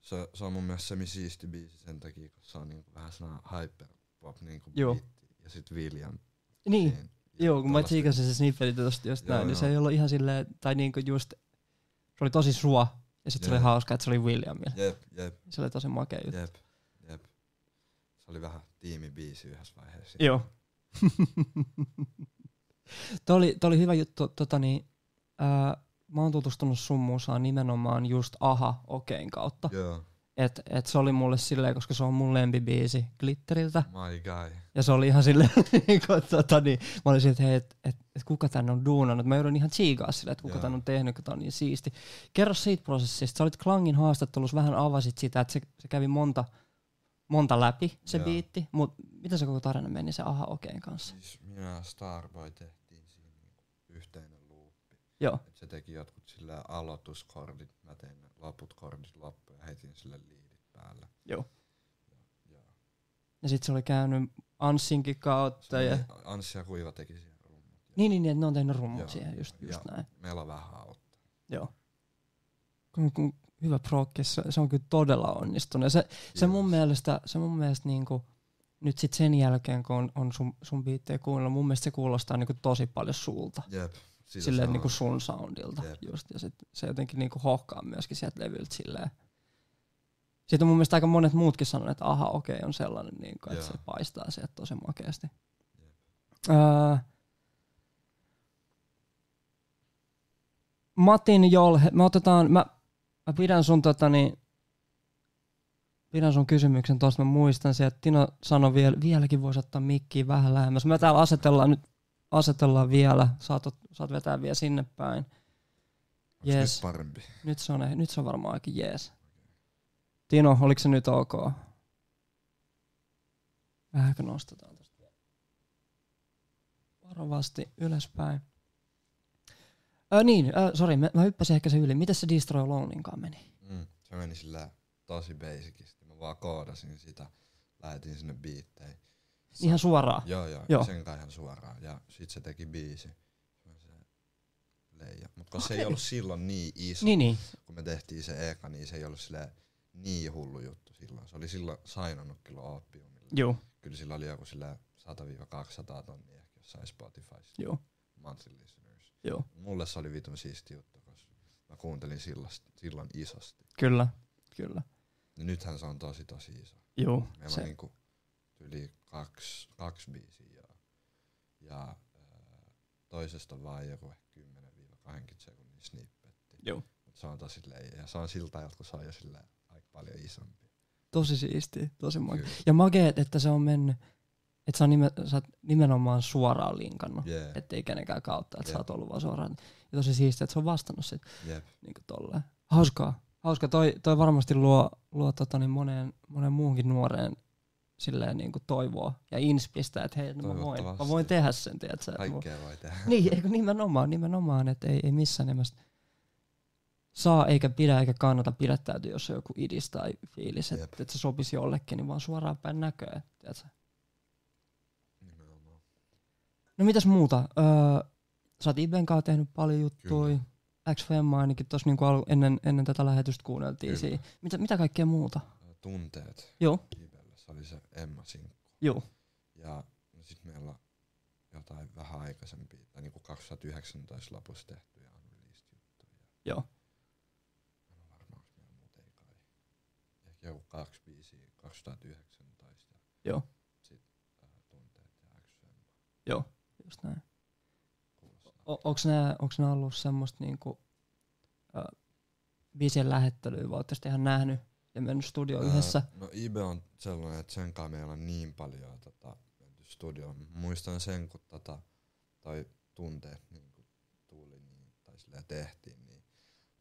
B: Se, se on mun mielestä semi-siisti biisi sen takia, kun se on niinku vähän sana hyperpop niinku
A: Joo.
B: biitti. Ja sit William.
A: Niin,
B: siinä. Ja
A: Joo, kun mä
B: tollasten-
A: tsiikasin se snippeli tosta just
B: Joo,
A: näin, niin
B: joo.
A: se ei ollut ihan silleen, tai niinku just, se oli tosi sua, ja sit se oli
B: Joo.
A: hauska, että se oli Williamilla.
B: Jep, jep,
A: Se oli tosi makea juttu.
B: jep, jep. Se oli vähän tiimibiisi yhdessä vaiheessa.
A: Joo. Tuo oli, toi oli hyvä juttu, tota niin, ää, mä oon tutustunut sun musaan nimenomaan just Aha Okein kautta.
B: Joo,
A: Et, et se oli mulle silleen, koska se on mun lempibiisi Glitteriltä.
B: my guy.
A: Ja se oli ihan silleen, niinku, että tota, niin, mä olin silleen, että hei, et, et, et kuka tän on duunannut. Mä joudun ihan tsiigaa silleen, että kuka
B: Joo.
A: tän on tehnyt, kun tää on niin siisti. Kerro siitä prosessista. Sä olit Klangin haastattelussa, vähän avasit sitä, että se, se kävi monta, monta läpi se
B: Joo.
A: biitti. Mutta miten se koko tarina meni se Aha Okeen kanssa?
B: Siis minä ja Starboy tehtiin siinä niinku yhteinen luuppi.
A: Joo,
B: Et se teki jotkut sillä aloituskordit, mä tein ne loput kordit loppuun ja heitin sille liidit päälle.
A: joo.
B: Joo.
A: Ja sitten se oli käynyt Anssinkin kautta. Ja...
B: Niin, Anssi ja Kuiva teki siihen rummun.
A: Niin, niin, niin, että ne on tehnyt rummut
B: Joo,
A: siihen, just,
B: joo,
A: just
B: joo.
A: näin.
B: Meillä on vähän auttaa.
A: Joo. Kun, kun, hyvä prokki, se, se on kyllä todella onnistunut. Ja se, se mun mielestä, se mun mielestä niinku, nyt sit sen jälkeen, kun on, on sun, sun biittejä kuunnella, mun mielestä se kuulostaa niinku tosi paljon sulta.
B: Jep. Siitä
A: silleen
B: se
A: niinku
B: on.
A: sun soundilta
B: Jep.
A: just. Ja sit se jotenkin niinku hohkaa myöskin sieltä levyltä silleen. Siitä on mun mielestä aika monet muutkin sanoneet, että aha okei on sellainen, niinku, että
B: Joo.
A: se paistaa sieltä tosi makeasti.
B: Jep.
A: Öö, Matin Jolhe, me otetaan, mä, mä pidän sun tota niin, pidän sun kysymyksen tuosta, mä muistan sen, että Tino sanoi vielä, vieläkin voisi ottaa mikkiä vähän lähemmäs. Mä täällä asetellaan nyt, asetellaan vielä, saat, ot- saat vetää vielä sinne päin.
B: Onks nyt
A: jees.
B: parempi.
A: Nyt se on, eh- nyt se on varmaan aika jees. Tino, oliko se nyt ok? Vähänkö nostetaan tosta vielä? Varovasti ylöspäin. Ö, niin, ö, sori, mä, mä hyppäsin ehkä se yli. Miten se Destroy Loninkaan meni?
B: Mm. Se meni sillä tosi basicisti. Mä vaan koodasin sitä. Lähetin sinne biitteihin.
A: Ihan suoraan.
B: Joo, joo.
A: Joo.
B: joo. Sen kai ihan suoraan. Ja sit se teki biisi. Se on se leija. Mut kun se ei
A: Okei.
B: ollut silloin niin iso,
A: Niin, niin.
B: kun me tehtiin se eka, niin se ei ollut silleen niin hullu juttu silloin. Se oli silloin sainannut kyllä oopiumille.
A: Joo,
B: Kyllä sillä oli joku sillä 100-200 tonnia ehkä jossain Spotifyssa.
A: joo,
B: Monthly listeners.
A: joo.
B: Mulle se oli vitun siisti juttu, koska mä kuuntelin sillast, silloin isosti.
A: Kyllä, kyllä.
B: Ja nythän se on tosi tosi iso.
A: Joo,
B: Meillä on
A: se,
B: niinku yli kaksi, kaksi biisiä ja, ja ää, toisesta vaan joku ehkä 10-20 sekunnin snippetti.
A: Joo.
B: Mut se on tosi leijä ja se on siltä ajalta, kun se on jo silleen aika paljon isompi.
A: tosi siisti, tosi makea.
B: Kyllä.
A: Ja makeet, että se on mennyt, että sä, on nime, sä oot nimenomaan suoraan linkannut.
B: Jee,
A: ettei kenenkään kautta, että sä
B: Jep.
A: oot ollut vaan suoraan. Ja tosi siistiä, että se on vastannut sit
B: jep,
A: niin kuin tolleen. Hauskaa. Hauska. Toi, toi varmasti luo, luo tota, niin moneen, moneen muunkin nuoreen silleen niin kuin toivoa ja inspistä, että hei, no mä voin, mä
B: Toivottavasti.
A: voin tehdä sen, tiedätkö? että mun-
B: kaikkea voi tehdä.
A: Niin, eikö nimenomaan, nimenomaan, että ei, ei missään nimessä saa eikä pidä eikä kannata pidättäytyä, jos on joku idis tai fiilis,
B: Jep.
A: että, että se sopisi jollekin, niin vaan suoraan päin näköä, tiedätkö?
B: Nimenomaan.
A: No mitäs muuta? Öö, sä oot Iben kanssa tehnyt paljon juttuja.
B: Kyllä.
A: X Femma ainakin tuossa niinku alu- ennen, ennen tätä lähetystä kuunneltiin.
B: Kyllä.
A: Siinä. Mitä, mitä kaikkea muuta?
B: Ää, Tunteet
A: Joo,
B: Kivellä, se oli se Emma Sinkku.
A: joo,
B: Ja sitten meillä on jotain vähän aikaisempia, tai niinku 2019 lopussa tehtyjä unreleased juttuja.
A: joo.
B: En ole varma, onko meillä muuta ei kai. Ehkä joku kaksi biisiä 2019 ja
A: Joo.
B: sit äh, tunteet ja XM
A: Just näin.
B: kuulostaa.
A: O- onks, nää, onks nää ollut semmoista niinku, öö, biisien lähettelyä, vai ootteko te ihan nähnyt ja mennyt studioon yhdessä?
B: Äh, no Ibe on sellainen, että sen kanssa meillä on niin paljon tota, menty studioon. Muistan sen, kun tota, toi tunteet niin kun tuli niin, tai silleen tehtiin, niin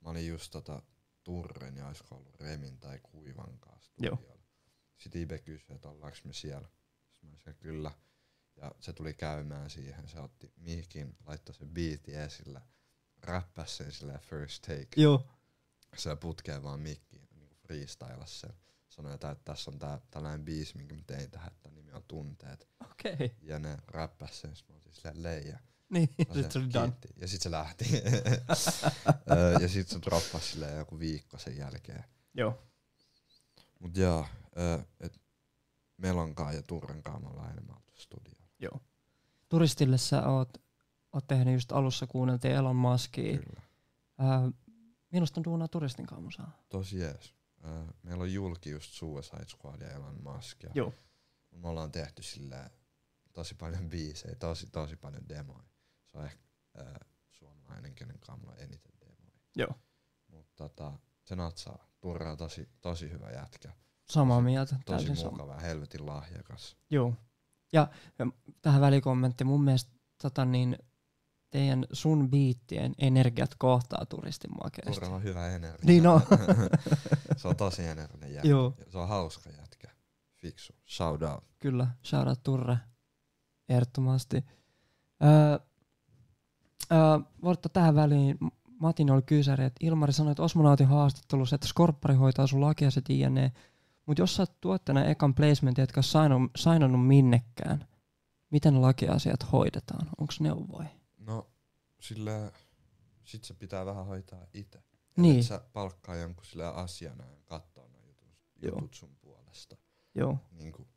B: mä olin just tota, Turren ja olisiko ollut Remin tai Kuivan kanssa
A: Joo.
B: studiolla. Sitten Ibe kysyi, että ollaanko me siellä. Sitten mä sanoin, kyllä. Ja se tuli käymään siihen, se otti mihikin, laittoi sen biitin esille, räppäsi sen silleen first take
A: Joo,
B: se putkee vaan mikkiin, niinku freestyla sen. Sanoi, että tässä on tää, tällainen biisi, minkä mä tein tähän, että nimi on Tunteet.
A: okei. Okay.
B: Ja ne räppäs sen, sit mä olin silleen leija.
A: Niin,
B: Mä
A: sit se oli
B: silleen,
A: done.
B: "Kiitti." Ja sit se lähti. Ö, ja sit se droppasi silleen joku viikko sen jälkeen.
A: Joo,
B: Mut joo, ö, et Melonkaan ja Turrenkaan me ollaan enemmän oltu studiolla.
A: joo. Turistille sä oot, oot tehnyt just alussa kuunneltiin Elon Muskia.
B: Kyllä.
A: Öö, minusta on duunaa turistin kanssa musaa.
B: Tosi jees. Ö, meillä on julki just Suicide Squad ja Elon Musk. Ja
A: Joo.
B: me ollaan tehty sillä tosi paljon biisejä, tosi tosi paljon demoja. Se on ehkä äh, suomalainen, kenen kanssa mulla on eniten demoja.
A: Joo.
B: Mutta tota, se natsaa. Turra on tosi, tosi hyvä jätkä.
A: Samaa mieltä.
B: Tosi
A: täysin sama.
B: mukava ja helvetin lahjakas.
A: Joo. Ja, ja tähän välikommentti. Mun mielestä tota niin, teidän sun biittien energiat kohtaa turistin makeasti.
B: Turra on hyvä energia.
A: Niin on.
B: se on tosi energinen jätkä.
A: Joo,
B: Se on hauska jätkä. Fiksu. Shout out.
A: kyllä. Shoutout Turre. Ehdottomasti. Öö, öö, Vortta tähän väliin. Matin oli kysäri, että Ilmari sanoi, että Osmonautin haastattelussa, että Skorppari hoitaa sun lakiaset jne. Mutta jos sä oot tuottajana ekan placementin, etkä ole sainannut, sainannut minnekään, miten lakiasiat hoidetaan? Onko neuvoja?
B: No, sillä sit se pitää vähän hoitaa itse.
A: Niin.
B: Sä palkkaa jonkun sillä asiana ja katsoo ne jutut,
A: Joo.
B: jutut sun puolesta.
A: Joo.
B: Niin kuin,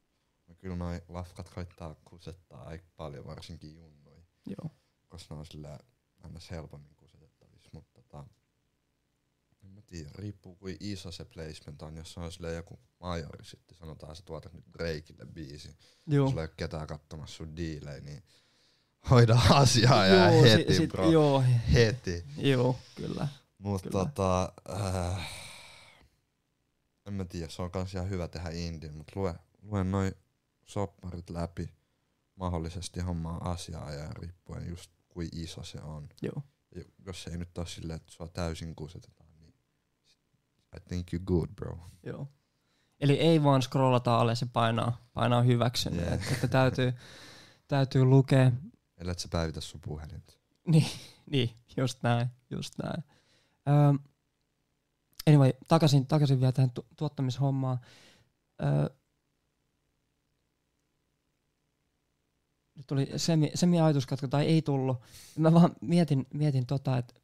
B: no kyllä noi lafkat koittaa kusettaa aika paljon, varsinkin junnui,
A: Joo.
B: koska ne on sillä ns. helpommin kusetettavissa, mutta tota, en mä tiedä, riippuu kuin iso se placement on, jos se on sillä joku majori sitten, sanotaan sä tuotat nyt Drakeille biisi,
A: Joo.
B: sulla ei ole ketään katsomassa sun diilejä, niin hoida asiaa ja
A: joo,
B: heti, bro,
A: Joo,
B: heti.
A: joo, kyllä.
B: Mutta
A: Kyllä.
B: tota, äh, en mä tiedä, se on kans ihan hyvä tehdä indin, mutta lue, lue noin sopparit läpi, mahdollisesti hommaa asiaa ja riippuen just kuin iso se on.
A: Joo.
B: Ja Jos ei nyt ole silleen, että sua täysin kusetetaan, niin I think you good bro.
A: Joo. Eli ei vaan scrollata alas ja painaa, painaa hyväksynyt.
B: Jee.
A: Yeah. Että täytyy, täytyy lukea.
B: Ellei sä päivitä sun puhelinta.
A: Niin, niin, just näin, just näin. Öö, anyway, takaisin, takaisin vielä tähän tu- tuottamishommaan. Öö, nyt tuli semi, semi-ajatuskatko, tai ei tullut. Mä vaan mietin, mietin tota, että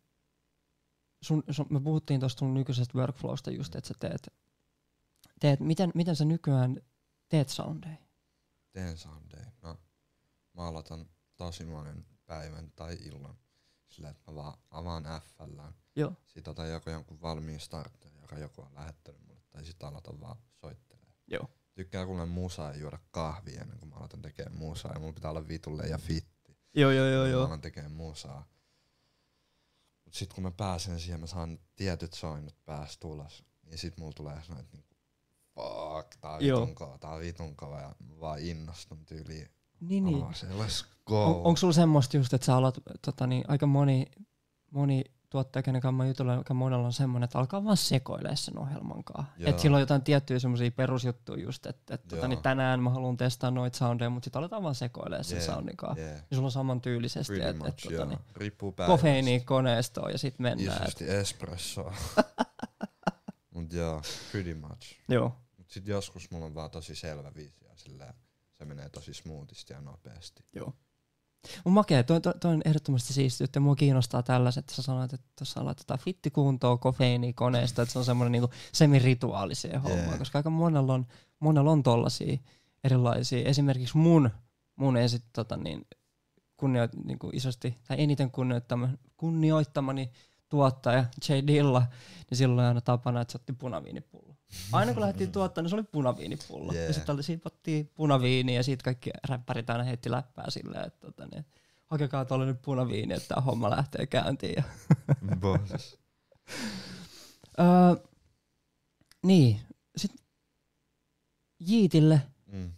A: sun, sun, me puhuttiin tuosta sun nykyisestä workflowsta just, että sä teet, teet miten, miten sä nykyään teet soundeja?
B: teen someday. No, mä aloitan tosimainen päivän tai illan sillä, että mä vaan avaan FL.
A: Joo.
B: Sit otan joku jonkun valmiin starterin, joka joku on lähettänyt mulle, tai sit aloitan vaan soittelee.
A: Joo.
B: Tykkää kuulla musaa ja juoda kahvia ennen kuin mä aloitan tekemään musaa, ja mulla pitää olla vitulle ja fitti.
A: Joo, joo, joo,
B: kun Mä
A: joo.
B: alan tekemään musaa. Mut sit kun mä pääsen siihen, mä saan tietyt soinnut päästä ulos, niin sit mulla tulee sanoa, että niinku, fuck, tää on
A: Joo.
B: vitun kova, tää on vitun kova, ja mä vaan innostun tyyliin.
A: Niin, niin.
B: Niin. let's go.
A: On, onko sulla semmoista just, että sä alat, tota, niin, aika moni, moni tuottaja, kenen kanssa mä jutella, joka monella on semmoinen, että alkaa vaan sekoilee sen ohjelman kanssa.
B: Joo.
A: Että sillä on jotain tiettyjä semmoisia perusjuttuja just, että et, tota,
B: Joo.
A: niin tänään mä haluan testaa noita soundeja, mutta sitten aletaan vaan sekoilee sen
B: Yeah,
A: soundin kanssa.
B: yeah.
A: Niin sulla on samantyylisesti,
B: Pretty
A: että et,
B: much,
A: tota,
B: joo.
A: niin,
B: Riippuu päivästä.
A: kofeiini koneistoon ja sitten mennään. Et,
B: Isosti espressoa. Mut joo, pretty much.
A: joo,
B: Mut sit joskus mulla on vaan tosi selvä visio sillä se menee tosi smoothisti ja nopeasti.
A: joo. Mun makea, toi, toi, toi on ehdottomasti siistiä, että mua kiinnostaa tällaiset, että sä sanoit, että tuossa laitetaan fittikuntoa, kofeiini koneesta, että se on semmoinen niinku semirituaali siihen
B: Jee.
A: hommaan, koska aika monella on, monella on tollasia erilaisia. Esimerkiksi mun, mun esit, tota niin, kunnioit, niinku isosti, tai eniten kunnioittama, kunnioittamani tuottaja J. Dilla, niin silloin oli aina tapana, että se otti punaviinipullo. Aina kun lähdettiin tuottamaan, niin se oli punaviinipullo. Yeah. Ja
B: Jee.
A: sitten oli- siitä otettiin punaviini ja siitä kaikki räppärit aina heitti läppää silleen, että tota, niin, hakekaa tuolle nyt punaviini, että tämä homma lähtee käyntiin. Ja,
B: Bosses.
A: öö, niin, sitten Jiitille,
B: Mm.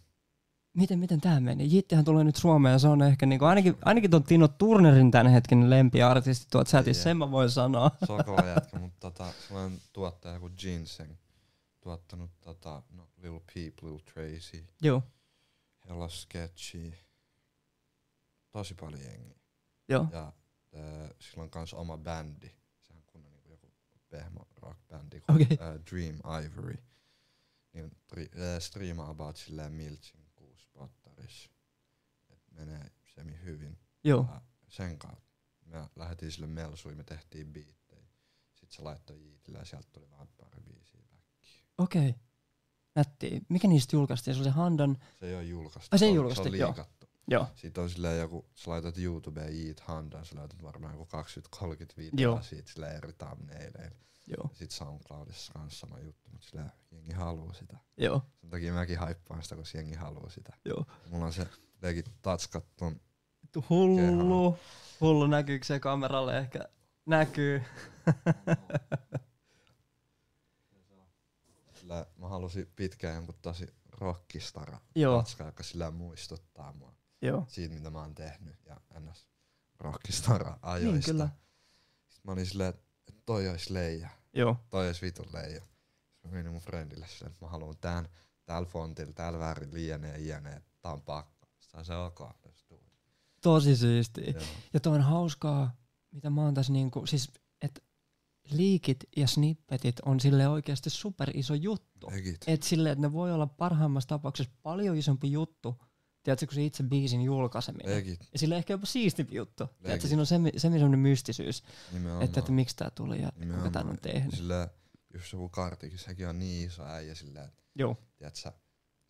A: miten, miten tämä meni? Jiittihän tulee nyt Suomeen ja se on ehkä niinku, ainakin, ainakin tuon Tino Turnerin tämän hetken lempiartisti tuot chatissa,
B: Jep.
A: sen mä voin sanoa.
B: Se on kova jätkä, mutta tota, sulla on tuottaja kuin Ginseng. Tuottanut tota, no, Little Peep, Little Tracy,
A: Joo,
B: Hella Sketchy. Tosi paljon jengiä.
A: joo,
B: Ja äh, sillä on kans oma bändi. Sehän kunnon niinku joku pehmo rock-bändi kuin
A: Okei.
B: äh, Dream Ivory. Niin tri, äh, striimaa about silleen Miltsin kuusi pattarissa. Et menee semi hyvin.
A: joo,
B: Ja sen kautta me lähetin sille melsuin, me tehtiin biittejä. Sitten se laittoi Jiitille ja sieltä tuli vaan pari biisiä väkkiä.
A: okei. Okay. Nätti. Mikä niistä julkaistiin? Se oli se Handan.
B: Se ei ole julkaistu.
A: Ai, se ei
B: on-
A: julkaistu,
B: on
A: joo.
B: liikattu.
A: Joo.
B: Siitä on silleen joku, sä laitat YouTubeen Jiit Handan, sä laitat varmaan joku 20-30
A: Joo.
B: videoa siitä silleen eri thumbnaileilla.
A: Joo.
B: Sit SoundCloudissa kans sama juttu, mutta sillä jengi haluu sitä.
A: Joo.
B: Sen takia mäkin haippaan sitä, kun jengi haluu sitä.
A: Joo.
B: Mulla on se jotenkin tatskat ton
A: Vittu Hullu. Hullu näkyykö se kameralle ehkä? Näkyy.
B: sillä mä halusin pitkään jonkun tosi rockistara
A: Joo.
B: tatskaa, joka sillä muistuttaa mua
A: Joo.
B: siitä, mitä mä oon tehnyt ja ns. rockistara ajoista.
A: Niin, kyllä.
B: Sit mä olin silleen, että toi ois leija,
A: Joo.
B: toi ois vitun leija. Sit mä menin mun friendille silleen, että mä haluan tän, täällä fontilla, täällä väärin lienee, jne, tää on pakko. Sitten se on ok, let's do it.
A: Tosi siistiä.
B: Joo.
A: Ja toi on hauskaa, mitä mä oon tässä niinku, siis että liikit ja snippetit on sille oikeasti super iso juttu.
B: Legit.
A: Et sille, että ne voi olla parhaimmassa tapauksessa paljon isompi juttu, tiedätkö, kuin se itse biisin julkaiseminen.
B: Legit,
A: Ja sille ehkä jopa siistimpi juttu. Tiedätkö,
B: Legit.
A: siinä on se, se semmoinen mystisyys,
B: nimenomaan.
A: että, että miksi tää tuli ja kuka
B: No, Nimenomaan.
A: tän on tehnyt.
B: Sillä just joku kartikin, sekin on niin iso äijä sillä, että
A: Joo,
B: tiedät sä,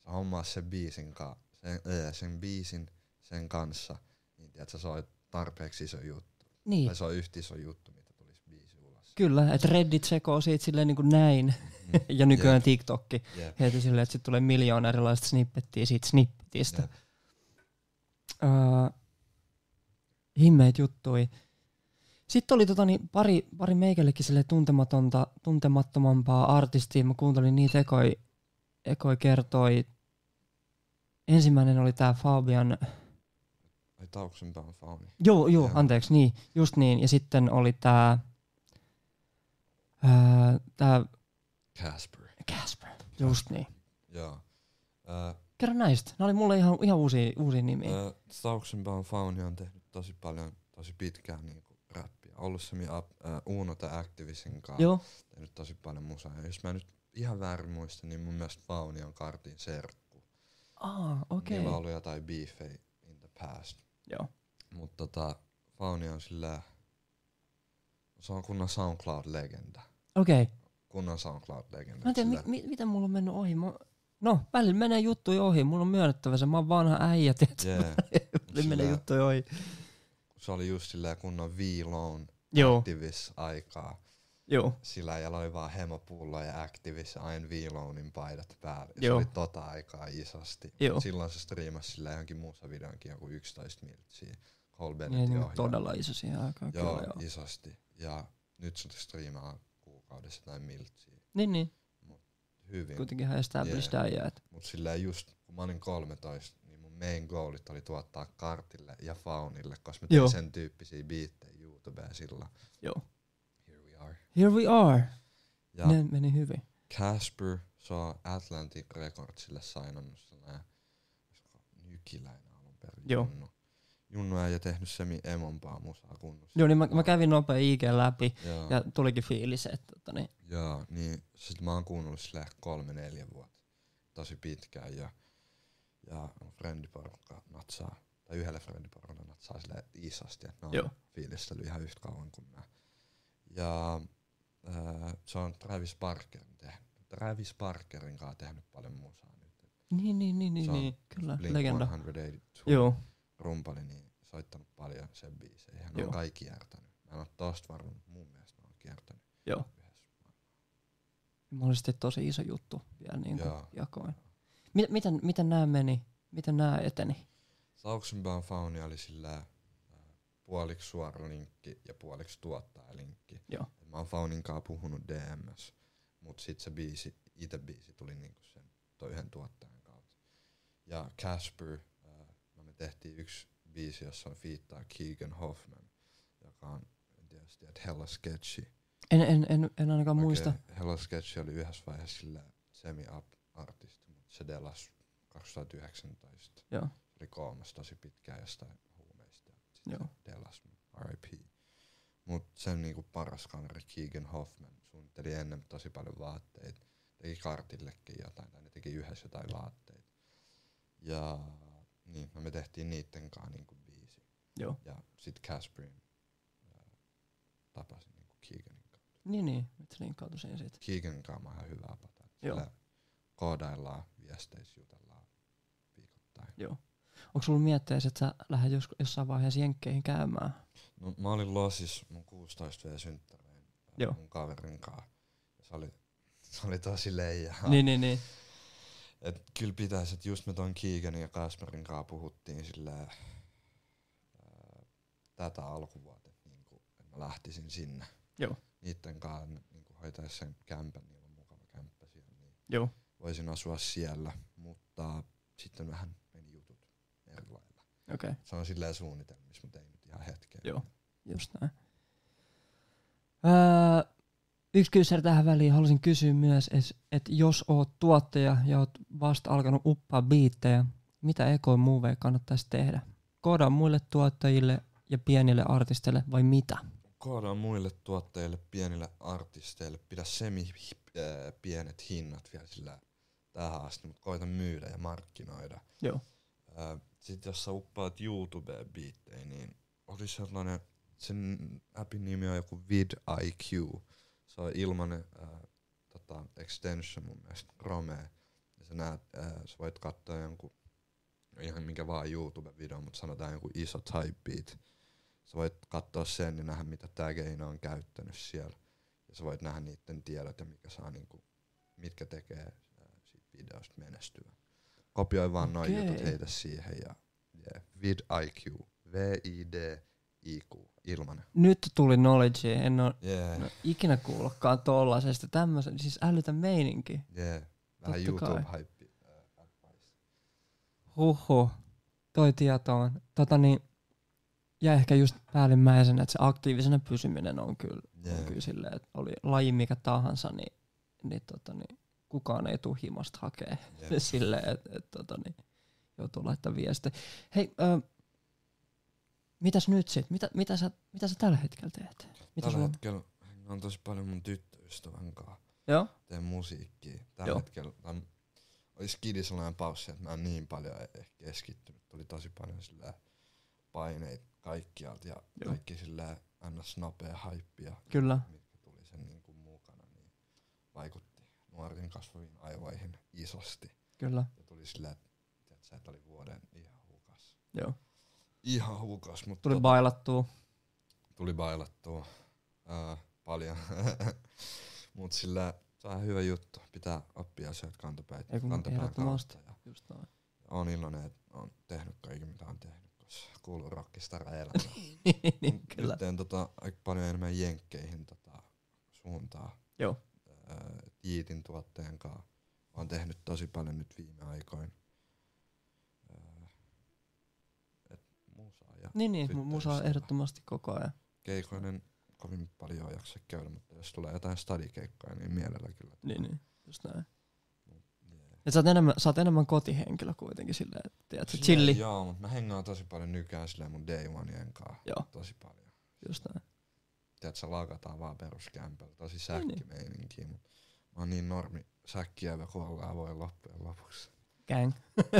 B: sä hommaa sen biisin, ka, sen, ää, sen biisin sen kanssa, niin tiedät sä, se on tarpeeksi iso juttu.
A: niin.
B: Tai se on yhtä iso juttu, mitä tulisi biisi ulos.
A: Kyllä, että Reddit sekoo siitä silleen niin kuin näin.
B: Mm.
A: ja nykyään TikTokki.
B: Jep.
A: Heti silleen, että sitten tulee miljoona erilaista snippettiä siitä snippetistä.
B: Jep.
A: Öö, himmeet juttui. Sitten oli tota, niin, pari, pari meikällekin sille tuntematonta, tuntemattomampaa artistia. Mä kuuntelin niitä ekoi, ekoi kertoi. Ensimmäinen oli tää Fabian,
B: Ai tauksen pää on fauni.
A: joo, joo,
B: Joo.
A: anteeksi, niin, just niin. Ja sitten oli tää, öö, tää
B: Casper.
A: Casper, just niin.
B: Joo. Öö, Ää,
A: Kerro näistä. Ne oli mulle ihan, ihan uusia, uusia nimiä.
B: ää, Tauksen pää on öö, fauni on tehnyt tosi paljon, tosi pitkään niinku räppiä. Ollut se mi- ap- ää, Uno tai Activisin kanssa.
A: Joo,
B: tehnyt tosi paljon musaa. Ja jos mä nyt ihan väärin muistan, niin mun mielestä Fauni on kartin serkku.
A: ah, okei.
B: Niillä on
A: Okay.
B: ollut jotain beefejä in the past.
A: Joo.
B: Mutta tota, Fauni on sillä... Se on kunnon SoundCloud-legenda.
A: Okei. Okay.
B: Kunnon SoundCloud-legenda.
A: Mä en tiedä,
B: Sillä-
A: mi- mi- mitä mulla on mennyt ohi. Mä, No, välillä menee juttuja ohi. Mulla on myönnettävä se. Mä oon vanha äijä, tiedätkö?
B: Jee.
A: Välillä menee
B: Sillä-
A: juttuja ohi.
B: Se oli just silleen kunnon viiloon
A: Joo,
B: activis-aikaa.
A: joo.
B: Sillä ja oli vaan hemopullo ja activis aina viilounin paidat päällä. Ja se
A: Joo.
B: oli tota aikaa isosti.
A: Joo.
B: Silloin se striimasi sillä johonkin muussa videonkin joku 11 miltsiä. Cole
A: Niin,
B: Bennettin
A: niin
B: ohjelma.
A: todella iso siihen aikaan. Joo,
B: Joo,
A: kyllä, joo.
B: isosti. Ja nyt se striimaa kuukaudessa tai miltsiä.
A: Niin, niin.
B: Hyvin.
A: Kuitenkin hän established yeah. äijä. et-
B: Mut silleen just kun mä olin 13, niin mun main goalit oli tuottaa kartille ja faunille, koska mä tein
A: Joo.
B: sen tyyppisiä biittejä YouTubeen sillä.
A: Joo.
B: Here we are.
A: Here we are.
B: Ja
A: Ne meni hyvin.
B: Casper saa Atlantic Recordsille signannut sellainen olisiko nykiläinen alun perin
A: Joo.
B: Junnu. Junnu ei ole tehnyt semi emompaa musaa kunnossa.
A: Joo, niin mä, mä kävin nopea IG läpi
B: Joo,
A: ja tulikin fiilis, että tota, niin,
B: joo, niin sit mä oon kuunnellut sille kolme neljä vuotta tosi pitkään ja, ja mun frendiporukka natsaa, tai yhdellä frendiporukalla natsaa sille isosti, että ne
A: Joo.
B: on fiilistellyt ihan yhtä kauan kuin mä. Ja äh, se on Travis Parkerin tehnyt. Travis Parkerin kanssa tehnyt paljon musaa nyt.
A: niin, niin, niin, niin,
B: Se on
A: niin kyllä,
B: Blink
A: legenda.
B: 182 Joo.
A: Joo,
B: rumpali, niin soittanut paljon sen biisejä. Hän
A: Joo.
B: on kaikki kiertänyt. Mä en ole tosta varmaan, mun mielestä mä oon kiertänyt
A: joo.
B: yhdessä.
A: Mahdollisesti tosi iso juttu vielä niin kuin
B: Joo.
A: jakoin. Mit, miten, miten nämä meni? Miten nämä eteni?
B: Sauksenpään fauni oli sillä äh, puoliksi suora linkki ja puoliksi tuottaja linkki.
A: Joo.
B: Et Mä oon Faunin kanssa puhunut DMS, mut sit se biisi, ite biisi tuli niinku sen toi yhden tuottajan kautta. Ja Casper, äh, me tehtiin yksi biisi, jossa on fiittaa Keegan Hoffman, joka on, en tiedä, jos tiedät, hella sketchi.
A: En, en, en, en ainakaan muista.
B: Okei, Hello Sketch oli yhdessä vaiheessa sillä semi-up-artisti, mutta se delas 2019.
A: Joo.
B: Se oli koomas tosi pitkään jostain huumeista. ja sit
A: Joo.
B: se Delas, RIP. Mut sen niinku paras kaveri Keegan Hoffman suunnitteli ennen tosi paljon vaatteita. Teki kartillekin jotain, tai ne teki yhdessä jotain vaatteita. Ja niin, no me tehtiin niitten kanssa niinku biisi.
A: Joo.
B: Ja sit Casperin ää, tapasin niinku Keeganin kanssa.
A: Niin, niin. Nyt se linkkautui siihen siitä.
B: Kiikin kanssa on ihan hyvää pataa.
A: Joo.
B: Sillä koodaillaan, viesteissä jutellaan viikoittain.
A: Joo. Onko sulla mietteessä, että sä lähdet jos, jossain vaiheessa jenkkeihin käymään?
B: No, mä olin Losissa mun 16 v synttäreen
A: Joo.
B: mun kaverin kanssa. Ja Se oli, se oli tosi leijaa.
A: Niin, niin, niin.
B: Et kyllä pitäisi, että just me ton Kiikanin ja Kasperin kanssa puhuttiin sillä tätä alkuvuotta, että niinku, et mä lähtisin sinne.
A: Joo.
B: Niitten kanssa niinku, hoitaisi sen kämpän, niillä on mukava kämppä siellä. Niin
A: Joo.
B: voisin asua siellä, mutta sitten vähän meni jutut eri lailla.
A: Okei. Okay.
B: Se on silleen suunnitelmissa, mutta ei nyt ihan hetkeä.
A: Joo. Just näin. Öö, yksi kysymys tähän väliin. Haluaisin kysyä myös, että et jos oot tuottaja ja oot vasta alkanut uppaa biittejä, mitä ekoin muuveja kannattaisi tehdä? Koodaa muille tuottajille ja pienille artisteille vai mitä?
B: Koodaan muille tuottajille, pienille artisteille, pidä semi äh, pienet hinnat vielä sillä tähän asti, mutta koita myydä ja markkinoida.
A: Joo.
B: Äh, Sitten jos sä uppaat YouTubeen biittejä, niin oli sellainen, sen appin nimi on joku VidIQ. Se on ilmanen äh, tota, extension mun mielestä Chromeen. Ja sä, näet, äh, sä voit katsoa jonkun ihan minkä vaan YouTube-videon, mutta sanotaan joku iso type beat. Sä voit katsoa sen ja nähdä, mitä tää keino on käyttänyt siellä. Ja sä voit nähdä niiden tiedot ja mikä saa niinku, mitkä tekee äh, siitä videosta menestyä. Kopioi vaan noin
A: Okei.
B: jutut, heitä siihen ja yeah. VidIQ, V-I-D-I-Q, ilmanen.
A: Nyt tuli knowledge, en ole
B: Yeah.
A: no, ikinä kuullutkaan tollasesta. Tämmöisen, siis älytä meininki.
B: Yeah. Vähän
A: Totta kai.
B: YouTube-hype. äh,
A: Huhu, toi tieto on. Tota niin, ja ehkä just päällimmäisenä, että se aktiivisena pysyminen on kyllä, yeah. on
B: Yeah.
A: kyllä silleen, että oli laji mikä tahansa, niin, niin, tota, niin kukaan ei tule himasta hakee
B: Yeah.
A: silleen, että et, tota, niin, joutuu laittaa viestiä. Hei, ö, mitäs nyt sit? Mitä, mitä, sä, mitä sä tällä hetkellä teet? Mitä
B: Tällä
A: sulla on?
B: hetkellä on tosi paljon mun tyttöystävän kanssa.
A: Joo?
B: teen musiikkia. Tällä
A: Joo.
B: Joo. hetkellä tämän, oli skidi sellainen paussi, että mä en niin paljon e- keskittynyt. Tuli tosi paljon sillä paineita kaikkialta ja
A: Joo.
B: Joo. kaikki sillä ns. nopea hyppia,
A: Kyllä.
B: mitkä tuli sen niin kuin mukana, niin vaikutti nuoriin kasvaviin aivoihin isosti.
A: Kyllä.
B: Ja tuli silleen, että sä et oli vuoden ihan hukas.
A: Joo.
B: Ihan hukas, tota- mutta
A: Tuli bailattua.
B: tuli bailattua ää, paljon. Mut sillä se on hyvä juttu. Pitää oppia asioita kantapäin,
A: Ei kun
B: kantapään
A: ehdottomasti.
B: kautta. Ja
A: Just noin.
B: on iloinen, että on tehnyt kaiken mitä on tehnyt, koska kuuluu rockistara elämään.
A: niin,
B: Mut
A: kyllä.
B: Nyt teen tota, aika paljon enemmän jenkkeihin tota, suuntaa.
A: Joo.
B: Ää, Jiitin tuotteen kanssa. Olen tehnyt tosi paljon nyt viime aikoin. Ää, et musaa ja
A: Niin, niin. mu-
B: Tyttöystävä.
A: Musa on ehdottomasti koko ajan.
B: keikoinen kovin paljon jaksa käydä, mutta jos tulee jotain stadikeikkoja, niin mielellä kyllä.
A: Niin, niin. Just näin.
B: Yeah.
A: Et sä oot enemmän, sä oot enemmän kotihenkilö kuitenkin silleen, että tiedät, sä chilli.
B: Joo, mutta mä hengaan tosi paljon nykyään silleen mun day oneien kanssa.
A: Joo.
B: Tosi paljon.
A: Just näin.
B: Tiedät, sä lakataan vaan peruskämpällä. Tosi
A: Niin, niin.
B: säkkimeininkiä, mutta mä oon niin normi säkkiävä kuin ollaan voi loppujen lopuksi.
A: Gang.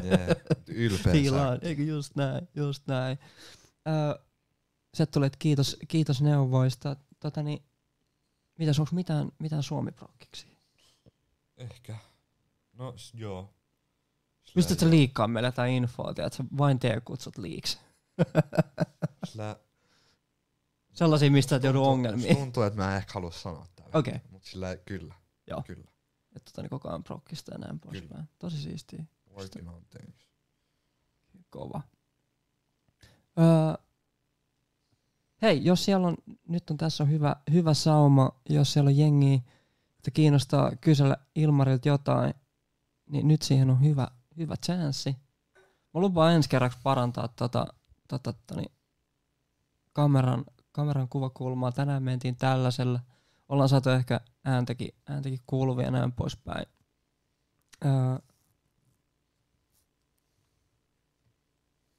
B: Yeah. Ylpeä
A: Fiilaan,
B: säkki.
A: eikö just näin, just näin. Öö, sä tulet, kiitos, kiitos neuvoista. Tota niin, mitäs, onks mitään, mitään suomi
B: Ehkä. No s- joo. Silleen
A: Pystytkö sä
B: joo.
A: liikkaa meillä tää infoa, tiedät, sä vain tee kutsut liiksi.
B: Silleen-
A: Sellaisia, mistä et joudu
B: tuntuu-
A: ongelmiin.
B: Tuntuu, että mä en ehkä halua sanoa tällä.
A: Okei, okay.
B: Mutta sillä kyllä.
A: Joo.
B: Kyllä.
A: että tota, niin koko ajan prokkista ja näin poispäin.
B: Kyllä.
A: Tosi siistiä,
B: Working on things.
A: kova. Öö, hei, jos siellä on, nyt on tässä on hyvä, hyvä sauma, jos siellä on jengiä, että kiinnostaa kysellä Ilmarilta jotain, niin nyt siihen on hyvä, hyvä chanssi. Mä lupaan ensi kerraksi parantaa tota, tota, tota niin, kameran, kameran kuvakulmaa. Tänään mentiin tällaisella. Ollaan saatu ehkä ääntäkin, ääntäkin kuuluvia ja näin poispäin. Öö,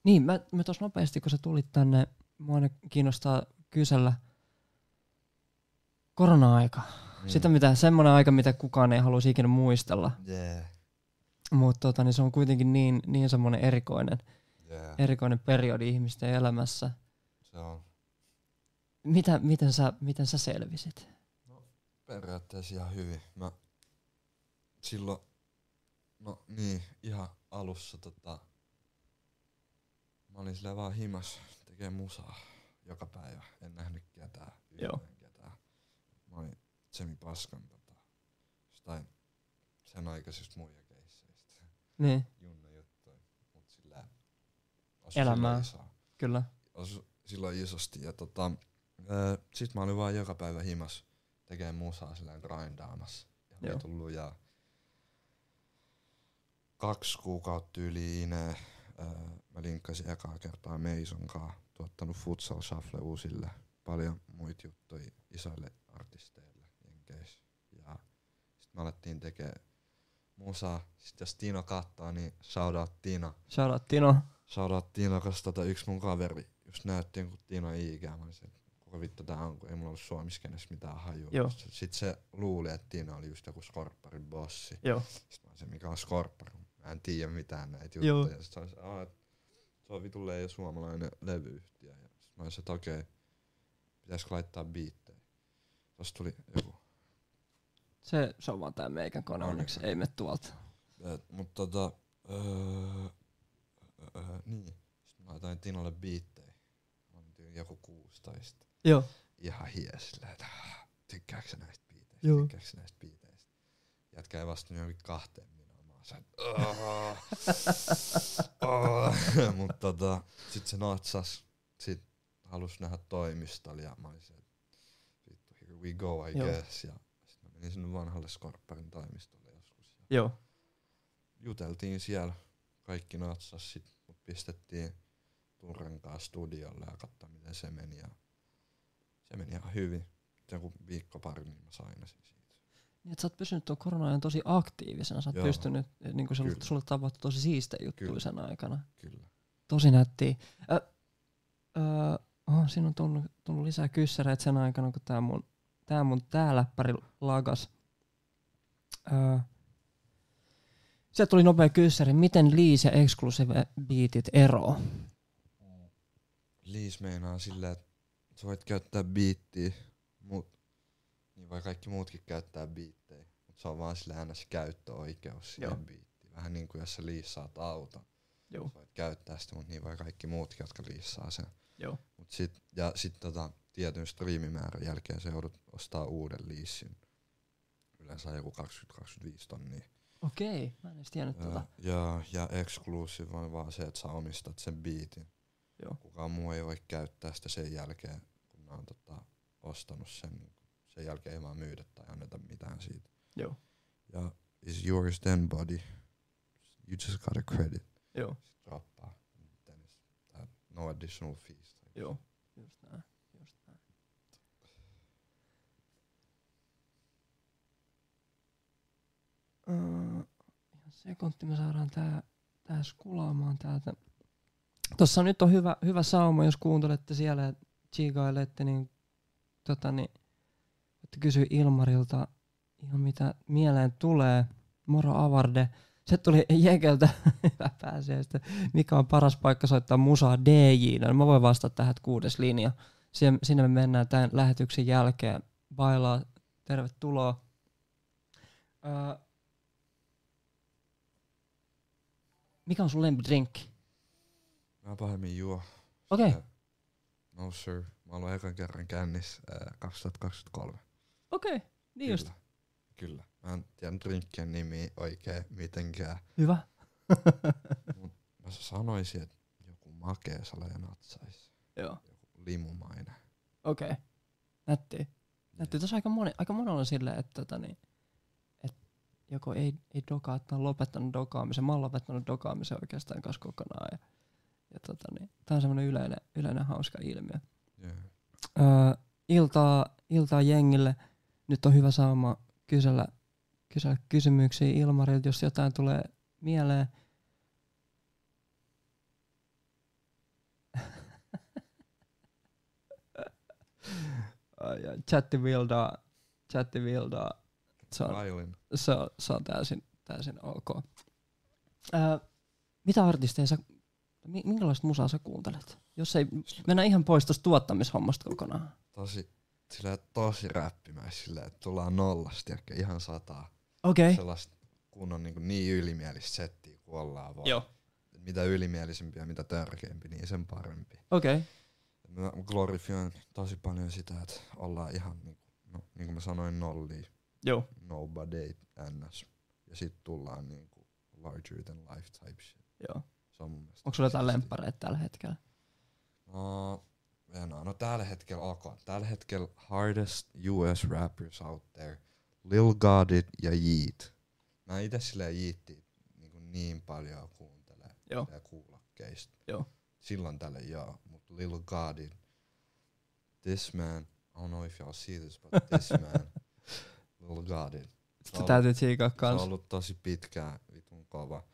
A: niin, mä, mä tuossa nopeasti, kun sä tulit tänne, mua aina kiinnostaa kysellä korona-aika.
B: Mm.
A: Sitä mitä, semmoinen aika, mitä kukaan ei haluaisi ikinä muistella.
B: Yeah.
A: Mutta tota, niin se on kuitenkin niin, niin semmoinen erikoinen,
B: Yeah.
A: erikoinen periodi ihmisten elämässä.
B: Se on
A: Mitä, miten, sä, miten sä selvisit?
B: periaatteessa ihan hyvin. Mä silloin, no niin, ihan alussa tota, mä olin silleen vaan himas tekee musaa joka päivä. En nähnyt ketään,
A: Joo.
B: yhtään ketään. Mä olin semi paskan tota, jostain sen aikaisista muijakeisseistä.
A: Niin,
B: Junna juttuja, mut silleen osu
A: Elämää.
B: silloin isoa.
A: kyllä.
B: osu silloin isosti. Ja tota, ää, sit mä olin vaan joka päivä himas tekee musaa silleen grindaamassa.
A: Joo.
B: Ja tullut ja kaksi kuukautta yli Ine, ää, mä linkkasin ekaa kertaa Meison kaa, tuottanut Futsal Shuffle uusille, paljon muita juttuja isoille artisteille jenkeissä. Ja sit me alettiin tekee musaa. Sit jos Tiino kattoo, niin shoutout Tiino.
A: Shout out Tino.
B: Shoutout Tiina, koska tota yksi mun kaveri just näytti jonkun Tiina IG. Mä olin se, että kuka vittu tää on, kun ei mulla ollut Suomessa kenessä mitään hajua.
A: Joo.
B: Sitten se luuli, että Tiina oli just joku Skorpparin bossi.
A: Joo.
B: Sitten mä olin se, mikä on Skorppari. Mä en tiedä mitään näitä
A: Joo.
B: juttuja. Sitten se oli se, "Aa, et se on vitulleen jo suomalainen levyyhtiö. Ja sit mä olin se, että okei, pitäisikö laittaa biittejä. Tuossa tuli joku
A: Se, se on vaan tää meikän kone,
B: Okei.
A: onneksi ei me tuolta.
B: Et, mut tota, öö, öö, niin. Sitten mä laitoin Tinalle biittejä. Mä olin tyyli joku 16.
A: Joo.
B: Ihan hies silleen, että "Ah, tykkääks sä näistä biiteistä,
A: Joo.
B: tykkääks sä näistä biiteistä. Jätkä ei vastannut johonkin kahteen minuun. Mä oon se, että "Aah, aah." Mut tota, sit se natsas. Sit halus nähdä toimistolla ja mä olin se, että vittu, here we go I
A: Joo.
B: guess. Ja sit mä menin sinne vanhalle Skorpparin toimistolle joskus. Ja
A: Joo.
B: juteltiin siellä kaikki natsas sit, mut pistettiin Turren kanssa studiolle ja katsoa miten se meni ja se meni ihan hyvin. Sitten Joku viikko pari niin mä sain sen siitä.
A: Niin, että sä oot pysynyt tuon korona-ajan tosi aktiivisena. Sä oot
B: Joo.
A: pystynyt, niin kuin sulle,
B: Kyllä.
A: sulle tapahtui tosi siistejä juttuja
B: Kyllä.
A: sen aikana.
B: Kyllä.
A: Tosi nättiä. Ö, ö, oh, siinä on tullut, tullut lisää kyssäreitä sen aikana, kun tää mun, tää mun tää läppäri lagas. Ö, sieltä tuli nopea kyssäri, miten Liis ja Exclusive Beatit eroo?
B: Mm. Liis meinaa silleen, että sä voit käyttää biittiä, mut niin voi kaikki muutkin käyttää biittejä. Mut se on vaan sillä ns. käyttöoikeus siihen
A: Joo.
B: biittiin. Vähän niin kuin jos sä liissaat auton.
A: Joo.
B: Sä voit käyttää sitä, mutta niin voi kaikki muutkin, jotka liissaa sen.
A: Joo.
B: Mut sit, ja sitten tota, tietyn striimimäärän jälkeen se joudut ostaa uuden liissin. Yleensä joku 20-25 tonnia.
A: Okei, mä en edes tiennyt tota.
B: Ja, ja, ja exclusive on vaan se, että sä omistat sen biitin.
A: Joo.
B: Kukaan muu ei voi käyttää sitä sen jälkeen, kun mä oon tota, ostanut sen. niin kun Sen jälkeen ei vaan myydä tai anneta mitään siitä.
A: Joo.
B: Ja is yours then body. You just got a credit.
A: Joo.
B: Sit droppaa. Then is that no additional fees.
A: Joo. Just näin. Just näin. Öö, ihan sekunti, me saadaan tää, tää skulaamaan täältä. Tossa nyt on hyvä, hyvä sauma, jos kuuntelette siellä ja chigailette, niin tota niin, että kysy Ilmarilta ihan mitä mieleen tulee. Moro Avarde. Se tuli Jekeltä hyvä pääsiäistä mikä on paras paikka soittaa musaa DJnä. No Mä voin vastata tähän, että kuudes linja. Siihen- Sinne me mennään tämän lähetyksen jälkeen. Bailaa, tervetuloa. Öö, mikä on sun lempidrinkki?
B: Mä pahemmin juo.
A: Okei, okay,
B: Ää, No sir. Mä oon ollut ekan kerran kännissä ää, 2023.
A: okei. Okay. Niin just.
B: Kyllä. Kyllä. Mä en tiedä drinkkien nimi oikein mitenkään.
A: Hyvä.
B: Mä sanoisin, että joku makea sala ja natsais.
A: Joo.
B: Limumainen.
A: Okei. Okay. Nätti. Nätti. Tuossa aika, moni, aika monella on silleen, että tota niin, et joko ei, ei dokaa, että on lopettanut dokaamisen. Mä oon lopettanut dokaamisen oikeastaan kanssa kokonaan. Ja, ja tota niin, tää on semmoinen yleinen, yleinen hauska ilmiö.
B: Yeah.
A: Öö, iltaa, iltaa jengille. Nyt on hyvä saama kysellä, kysellä kysymyksiä Ilmarilta, jos jotain tulee mieleen. Ai, ai, Chatti vildaa, chatti vildaa. Se on,
B: Lailin.
A: se on, se on täysin, täysin ok. Öö, mitä artisteja sä, mi- minkälaista musaa sä kuuntelet? Jos ei, mennä ihan pois tuosta tuottamishommasta kokonaan.
B: Tosi, sillä tosi räppimäis sillä, että tullaan nollasta ja ihan sataa.
A: Okei. Okay.
B: Sellaista kunnon niin, niin ylimielistä settiä kun ollaan vaan.
A: Joo.
B: Mitä ylimielisempi ja mitä törkeämpi, niin sen parempi.
A: Okei. Okay.
B: Mä glorifioin tosi paljon sitä, että ollaan ihan niin kuin, no, niin kuin mä sanoin nollia.
A: Joo.
B: nobody ns. Ja sit tullaan niinku larger than life type shit.
A: Joo.
B: Se on mun mielestä.
A: Onko sulla jotain
B: siistiä.
A: lemppareita tällä hetkellä?
B: No, no, no tällä hetkellä ok. Tällä hetkellä hardest US rappers out there. Lil Godit ja Yeet. Mä ite silleen Yeetia niin, niin paljon kuuntelee
A: Joo.
B: ja kuulokkeista.
A: Joo.
B: Silloin tällä joo, mutta Lil Godit. This man, I don't know if y'all see this, but this man, Lil Godit.
A: Sitä täytyy tsiikaa
B: Se on
A: kans.
B: ollut tosi pitkään vitun kova.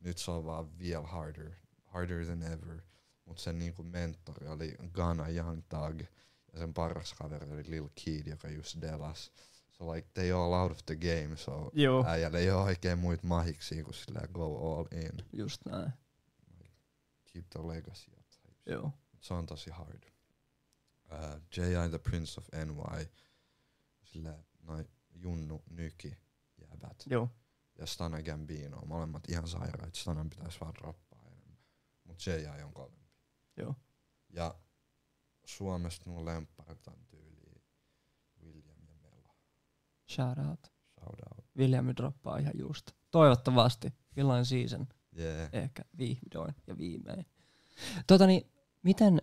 B: Nyt se on vaan vielä harder. Harder than ever. Mut sen niinku mentori oli Ghana Young Thug. Ja sen paras kaveri oli Lil Kid, joka just delas. So like, they all out of the game, so
A: Joo.
B: äijällä ei oo oikein muit mahiksi kuin sillä go all in.
A: Just näin.
B: Keep the legacy up. type shit.
A: Joo.
B: Mut Se on tosi hard. Uh, J.I. the Prince of NY. Sillä noi Junnu Nyki jäbät.
A: Joo.
B: ja Stana Gambino. Molemmat ihan sairaat. Stanan pitäisi vaan droppaa enemmän. Mut J.I. on kovempi.
A: Joo.
B: Ja Suomesta mun lempparit on tyyliin William ja Melo.
A: Shout out.
B: Shout out.
A: Viljami droppaa ihan just. Toivottavasti. Villain season.
B: Yeah.
A: Ehkä vihdoin ja viimein. Tota niin, miten,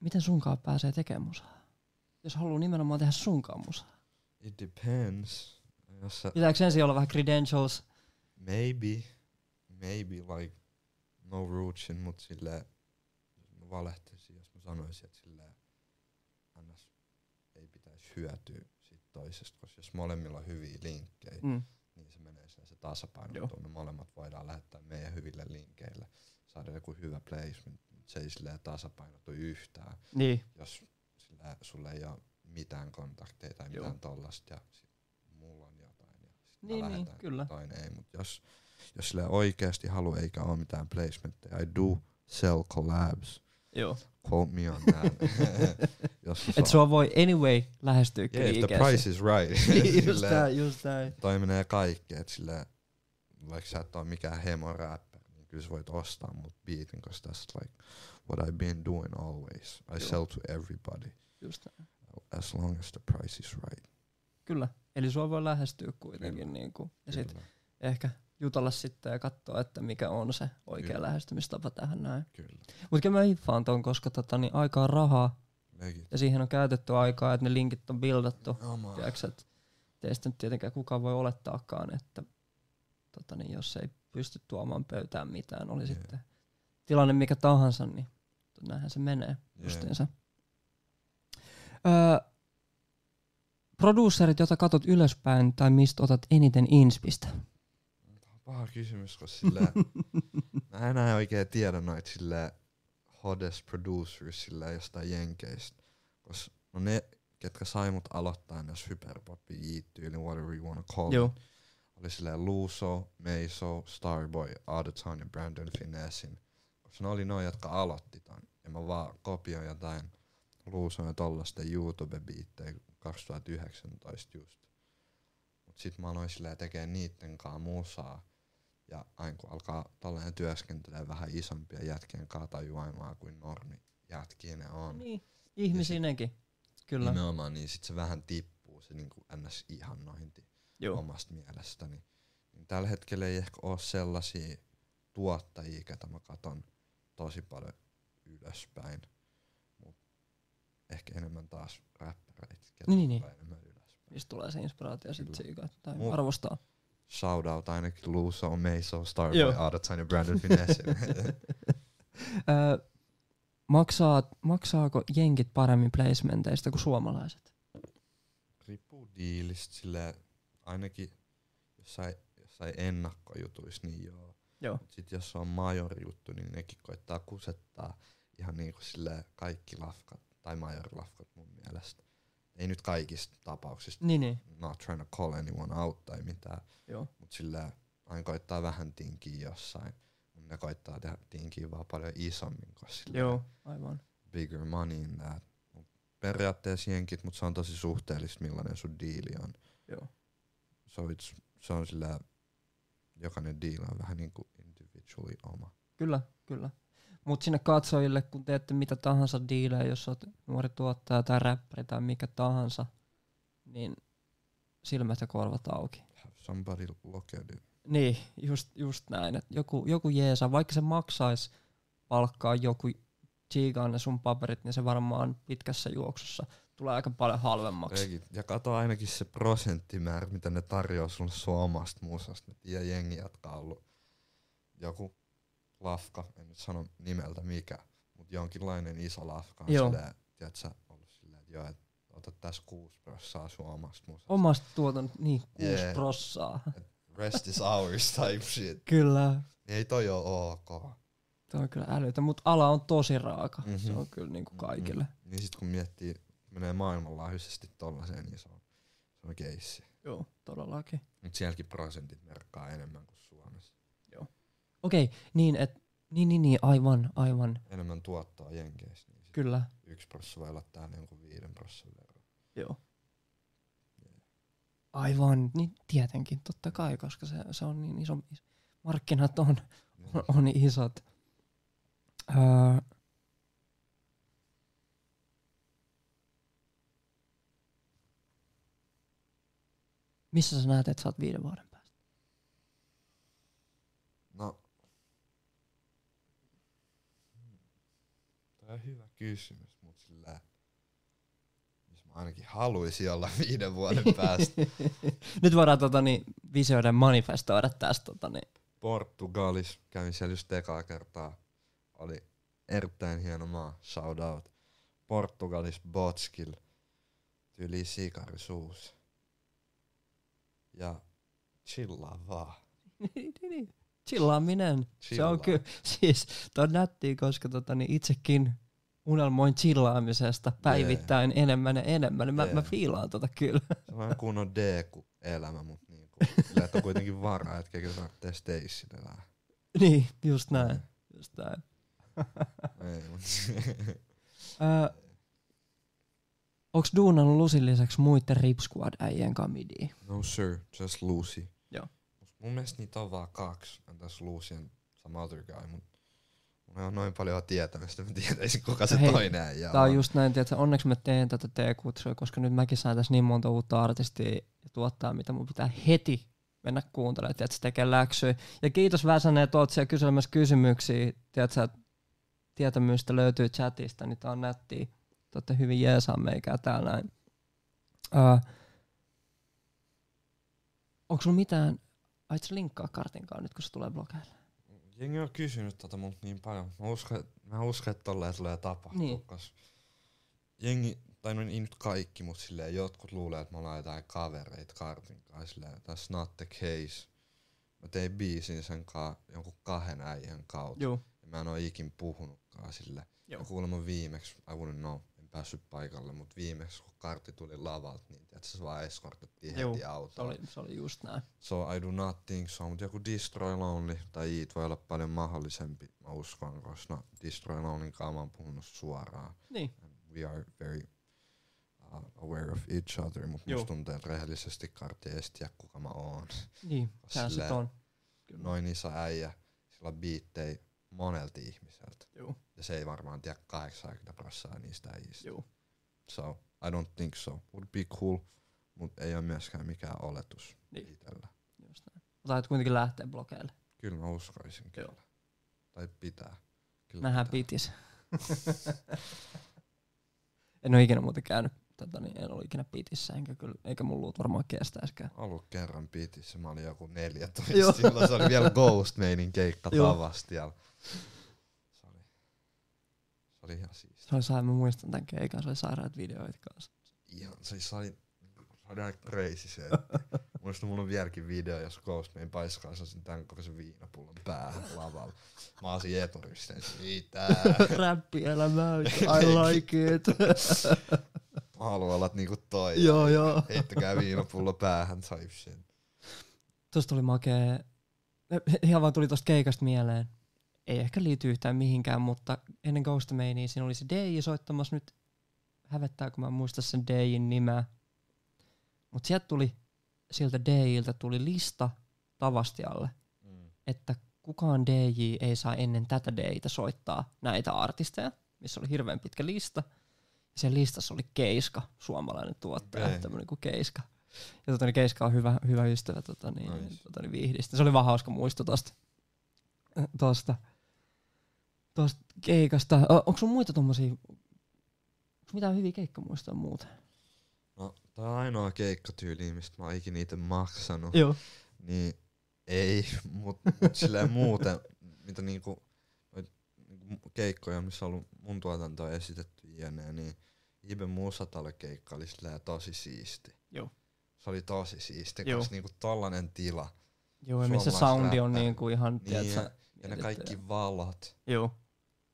A: miten sunkaan pääsee tekemään musaa? Jos haluaa nimenomaan tehdä sunkaan musaa.
B: It depends. Jos sä,
A: Pitääkö ensin olla vähän credentials?
B: maybe, maybe like no rootsin, mut silleen mä valehtelisin, jos mä sanoisin, että silleen annas ei pitäisi hyötyä siitä toisesta, koska jos molemmilla on hyviä linkkejä,
A: Mm.
B: niin se menee siellä se tasapaino.
A: Joo.
B: Joo. Me molemmat voidaan lähettää meidän hyville linkeille, saada joku hyvä placement, mutta se ei silleen tasapainotu yhtään,
A: Niin.
B: jos sillä, sulla ei ole mitään kontakteja tai
A: Joo.
B: mitään tollasta ja sit mulla on jotain ja sit
A: Niin, niin,
B: lähetään,
A: kyllä.
B: toinen ei, mutta jos, jos sillä oikeasti haluaa eikä ole mitään placementteja, I do sell collabs,
A: Joo.
B: quote me on that. jos
A: Et sua voi anyway lähestyä
B: yeah,
A: kyllä
B: if the
A: ikäisiä.
B: price is right.
A: Niin, just
B: Silleen-
A: näin, just näin.
B: toi menee kaikki, että sillä vaikka sä et oo mikään hemoräppäri, niin kyllä sä voit ostaa mut biitin, koska that's like what I've been doing always. I
A: Joo.
B: sell to everybody
A: Just,
B: as long as the price is right.
A: kyllä. Eli sua voi lähestyä kuitenkin.
B: Kyllä.
A: Niin kuin, ja sit
B: Kyllä,
A: ehkä jutella sitten ja katsoa, että mikä on se oikea
B: Kyllä.
A: lähestymistapa tähän näin.
B: kyllä.
A: Mutta kyllä mä hiffaan ton, koska tota, niin aikaa on rahaa
B: Legit.
A: ja siihen on käytetty aikaa, että ne linkit on bildattu.
B: Oma.
A: Tiedätkö, että teistä nyt tietenkään kukaan voi olettaakaan, että tota, niin jos ei pysty tuomaan pöytään mitään, oli
B: Jee.
A: sitten tilanne mikä tahansa, niin to- näinhän se menee justiinsa. Öö, producerit, joita katot ylöspäin tai mistä otat eniten inspistä?
B: Paha kysymys, koska sillä mä en enää oikein tiedä noita sillä hottest producers sillä jostain jenkeistä. Kos, no ne, ketkä sai mut aloittaa näissä hyperpopi jiittyyli, whatever you wanna call it, oli sillä Luso, Meiso, Starboy, Auditon ja Brandon Finessin. Koska ne oli noin, jotka aloitti ton. Ja mä vaan kopioin jotain Luuson ja tollasten YouTube-biittejä 2019 just. Mut sit mä aloin silleen tekee niitten kaa musaa. Ja aina kun alkaa tolleen työskentelee vähän isompia jätkien kaa tajuaimaa kuin normi jätkiä ne on.
A: Niin, ihmisinenkin. Kyllä.
B: Nimenomaan, niin sit se vähän tippuu se niinku ns ihannointi
A: Joo.
B: omasta mielestäni. Niin tällä hetkellä ei ehkä ole sellaisia tuottajia, ketä mä katon tosi paljon ylöspäin. Mut ehkä enemmän taas räppäreitä, ketä
A: Niin, niin,
B: mä katon enemmän ylöspäin.
A: Mistä tulee se inspiraatio sitten
B: Kyllä.
A: siitä, tai
B: Mut-
A: arvostaa.
B: Shoutout ainakin Luso, Meiso, Starboy,
A: Joo.
B: Adatine ja Brandon Finesse.
A: Öö, maksaa, maksaako jenkit paremmin placementeista kuin suomalaiset?
B: Riippuu diilistä sillä ainakin jossain, jossain ennakkojutuissa, niin joo.
A: Joo.
B: Mut sit jos se on majorijuttu, niin nekin koittaa kusettaa ihan niinku sille kaikki lafkat tai majorilafkat mun mielestä. Ei nyt kaikista tapauksista,
A: Niin, niin.
B: not trying to call anyone out tai mitään,
A: Joo.
B: mut sillä aina koittaa vähän tinkiä jossain. Mut ne koittaa tehdä tinkiä vaan paljon isommin, koska sillä
A: Joo. Aivan.
B: bigger money in that. Mut periaatteessa jenkit, mutta se on tosi suhteellista millainen sun diili on.
A: Joo.
B: So it's, se on sillä, jokainen diili on vähän niinku individually oma.
A: Kyllä, kyllä. Mutta sinne katsojille, kun teette mitä tahansa diilejä, jos olet nuori tuottaja tai räppäri tai mikä tahansa, niin silmät ja korvat auki.
B: Have somebody look at it.
A: Niin, just, just näin. Et joku, joku jeesa, vaikka se maksaisi palkkaa joku tsiigaan ne sun paperit, niin se varmaan pitkässä juoksussa tulee aika paljon halvemmaksi.
B: Eikin. Ja kato ainakin se prosenttimäärä, mitä ne tarjoaa sulle sun omasta musasta. Mä tiedän jengi, jotka on ollut joku lafka, en nyt sano nimeltä mikä, mutta jonkinlainen iso lafka on
A: Joo.
B: silleen, tiedätkö, ollut silleen, että joo, et ota tässä kuusi prossaa sun omasta musasta.
A: omasta tuoton, niin, kuusi
B: Jee.
A: prossaa.
B: Rest is ours type shit. Niin
A: Kyllä.
B: Ei toi oo ok.
A: Tuo on kyllä älytä, mutta ala on tosi raaka. Mm-hmm. Se
B: Mhm.
A: on kyllä niin kuin kaikille. Mm-hmm.
B: Niin sit kun miettii, menee maailmanlaajuisesti tollaseen, niin se on, se on keissi.
A: Joo, todellakin.
B: Mut sielläkin prosentit merkkaa enemmän kuin Suomessa.
A: Okei, okay, niin, et, niin, niin, niin, aivan, aivan.
B: Enemmän tuottoa jenkeissä, niin sit
A: Kyllä.
B: yksi prossu voi olla täällä jonkun viiden prossun verran.
A: Joo. Aivan, niin tietenkin, totta kai, koska se, se on niin iso, is- markkinat on,
B: Niin,
A: on, on isot. Öö, missä sä näet, että sä oot viiden vuoden päästä?
B: No. Tämä on hyvä kysymys, mutta sillä jos mä ainakin haluaisin olla viiden vuoden päästä
A: Nyt voidaan tota, niin, visioiden manifestoida tästä. Tota, niin.
B: Portugalis, kävin siellä just ekaa kertaa. Oli erittäin hieno maa, shout out. Portugalis Botskil, tyyli sikari suus. Ja chillaa vaan.
A: Niin, niin, niin. Chillaaminen. Se on
B: Chillaa.
A: kyllä, siis toi on nättiä, koska tota, niin itsekin unelmoin chillaamisesta päivittäin enemmän ja enemmän. Niin Mä,
B: Jee.
A: mä fiilaan tota kyllä.
B: Sellainen kunnon D-elämä, mutta niin kuin, sillä että on kuitenkin varaa, että kyllä tarvitsee steissin elää.
A: niin, just näin. Just näin.
B: Ei, mut.
A: Öö, onks duunannut Lusin lisäksi muiden Rip Squad äijien kanssa midiä?
B: no sir, just Lucy.
A: Joo.
B: Must Mun mielestä niitä on vaan kaksi. On tässä Lucien sama other guy, mut mun ei ole noin paljon tietämistä, mä tietäisin kuka se
A: Hei,
B: toinen äijä
A: Tää on just näin, että onneksi mä teen tätä T-kutsua, koska nyt mäkin sain tässä niin monta uutta artistia ja tuottaa, mitä mun pitää heti mennä kuuntelemaan, että se tekee läksyä. Ja kiitos Väsänen, että oot siellä kyselemässä kysymyksiä, tiedätkö, että tietämystä löytyy chatista, niin tää on nättiä. Te ootte hyvin jeesaa meikää täällä näin. Uh, onko sulla mitään, ait sä linkkaa kartinkaan nyt, kun se tulee blogeille?
B: Jengi on kysynyt tota multa niin paljon. Mä uskon, et- mä uskon että tolleen tulee tapahtua,
A: Niin.
B: niin. jengi, tai no ei nyt kaikki, mutta silleen jotkut luulee, että me ollaan jotain kavereita kartin kanssa. Silleen, that's not the case. Mä tein biisin sen kaa, jonkun kahden äijän kautta.
A: Joo.
B: Ja mä en oo ikin puhunutkaan sille.
A: Joo.
B: Joo. Ja kuulemma viimeksi, I wouldn't know, en päässyt paikalle, mutta viimeksi kun kartti tuli lavalta, niin tiiätkö, se vaan eskortattiin
A: Joo,
B: heti
A: Se
B: autoon.
A: oli, se oli just näin.
B: So I do not think so, mutta joku Destroy Lonely tai Eat voi olla paljon mahdollisempi, mä uskon, koska no, Destroy Lonelyn kanssa mä oon puhunut suoraan.
A: Niin.
B: And we are very uh, aware of each other, mutta
A: Joo.
B: musta tuntuu, että rehellisesti kartti ei sit tiedä, kuka mä oon.
A: Niin, sehän se
B: Silleen.
A: on.
B: Noin iso äijä, sillä on biittejä monelta ihmiseltä.
A: Joo.
B: Ja se ei varmaan tiedä 80 prosenttia niistä äijistä.
A: Joo.
B: So, I don't think so. Would be cool, mutta ei ole myöskään mikään oletus
A: Niin.
B: niin. itsellä.
A: Just näin. Mutta aiot kuitenkin lähtee blogeille.
B: Kyllä mä uskoisin
A: Joo.
B: kyllä. Tai pitää. Kyllä
A: Mähän pitis. en ole ikinä muuten käynyt. Tätä, niin en ole ikinä pitissä, enkä, kyllä, eikä mun luut varmaan kestäisikään.
B: Ollut kerran pitissä, mä olin joku 14.
A: Joo.
B: Silloin se oli vielä Ghost Mainin keikka
A: Joo.
B: Tavastialla. Se oli, se oli ihan siisti.
A: Se oli saa, mä muistan tämän keikan, se oli sairaat videoita kanssa.
B: Ihan, se, se oli, se oli ihan crazy se. että- Muista mulla on vieläkin video, jos Ghost Main paiskaa sen tämän kokoisen viinapullon päähän lavalla. Mä olisin eturisten siitä.
A: Räppielämää, I like it.
B: Mä haluan olla niinku toi.
A: joo, joo.
B: Heittäkää viinapullo päähän type shit.
A: Tuosta tuli makee. Ihan vaan tuli tuosta keikasta mieleen. Ei ehkä liity yhtään mihinkään, mutta ennen Ghost Mania siinä oli se DJ soittamassa nyt. Hävettää, kun mä en muista sen DJin nimeä. Mutta sieltä tuli, sieltä DJiltä tuli lista Tavastialle,
B: Mm.
A: että kukaan DJ ei saa ennen tätä DJtä soittaa näitä artisteja, missä oli hirveän pitkä lista. Ja sen listassa oli Keiska, suomalainen tuottaja,
B: Okei.
A: tämmöinen kuin Keiska. Ja tota, niin Keiska on hyvä, hyvä ystävä tota, niin,
B: Nice.
A: tota, niin viihdistä. Se oli vaan hauska muisto tosta, tosta, tosta keikasta. O, onko sun muita tommosia, onko mitään hyviä keikkamuistoja muuten?
B: No, tää on ainoa keikkatyyli, mistä mä oon ikinä itse maksanut.
A: Joo.
B: Niin ei, mut, mut silleen muuten, mitä niinku, noit niinku mu- keikkoja, missä on ollut mun tuotantoa esitetty jne, niin Ibe Muusatalo-keikka oli silleen tosi siisti.
A: Joo.
B: Se oli tosi siisti,
A: Joo.
B: koska niinku tollanen tila.
A: Joo, ja missä
B: Suomalaiset
A: soundi on
B: räppää.
A: niinku ihan, niin,
B: Niin,
A: tiedätkö,
B: Ja ne kaikki valot.
A: Joo.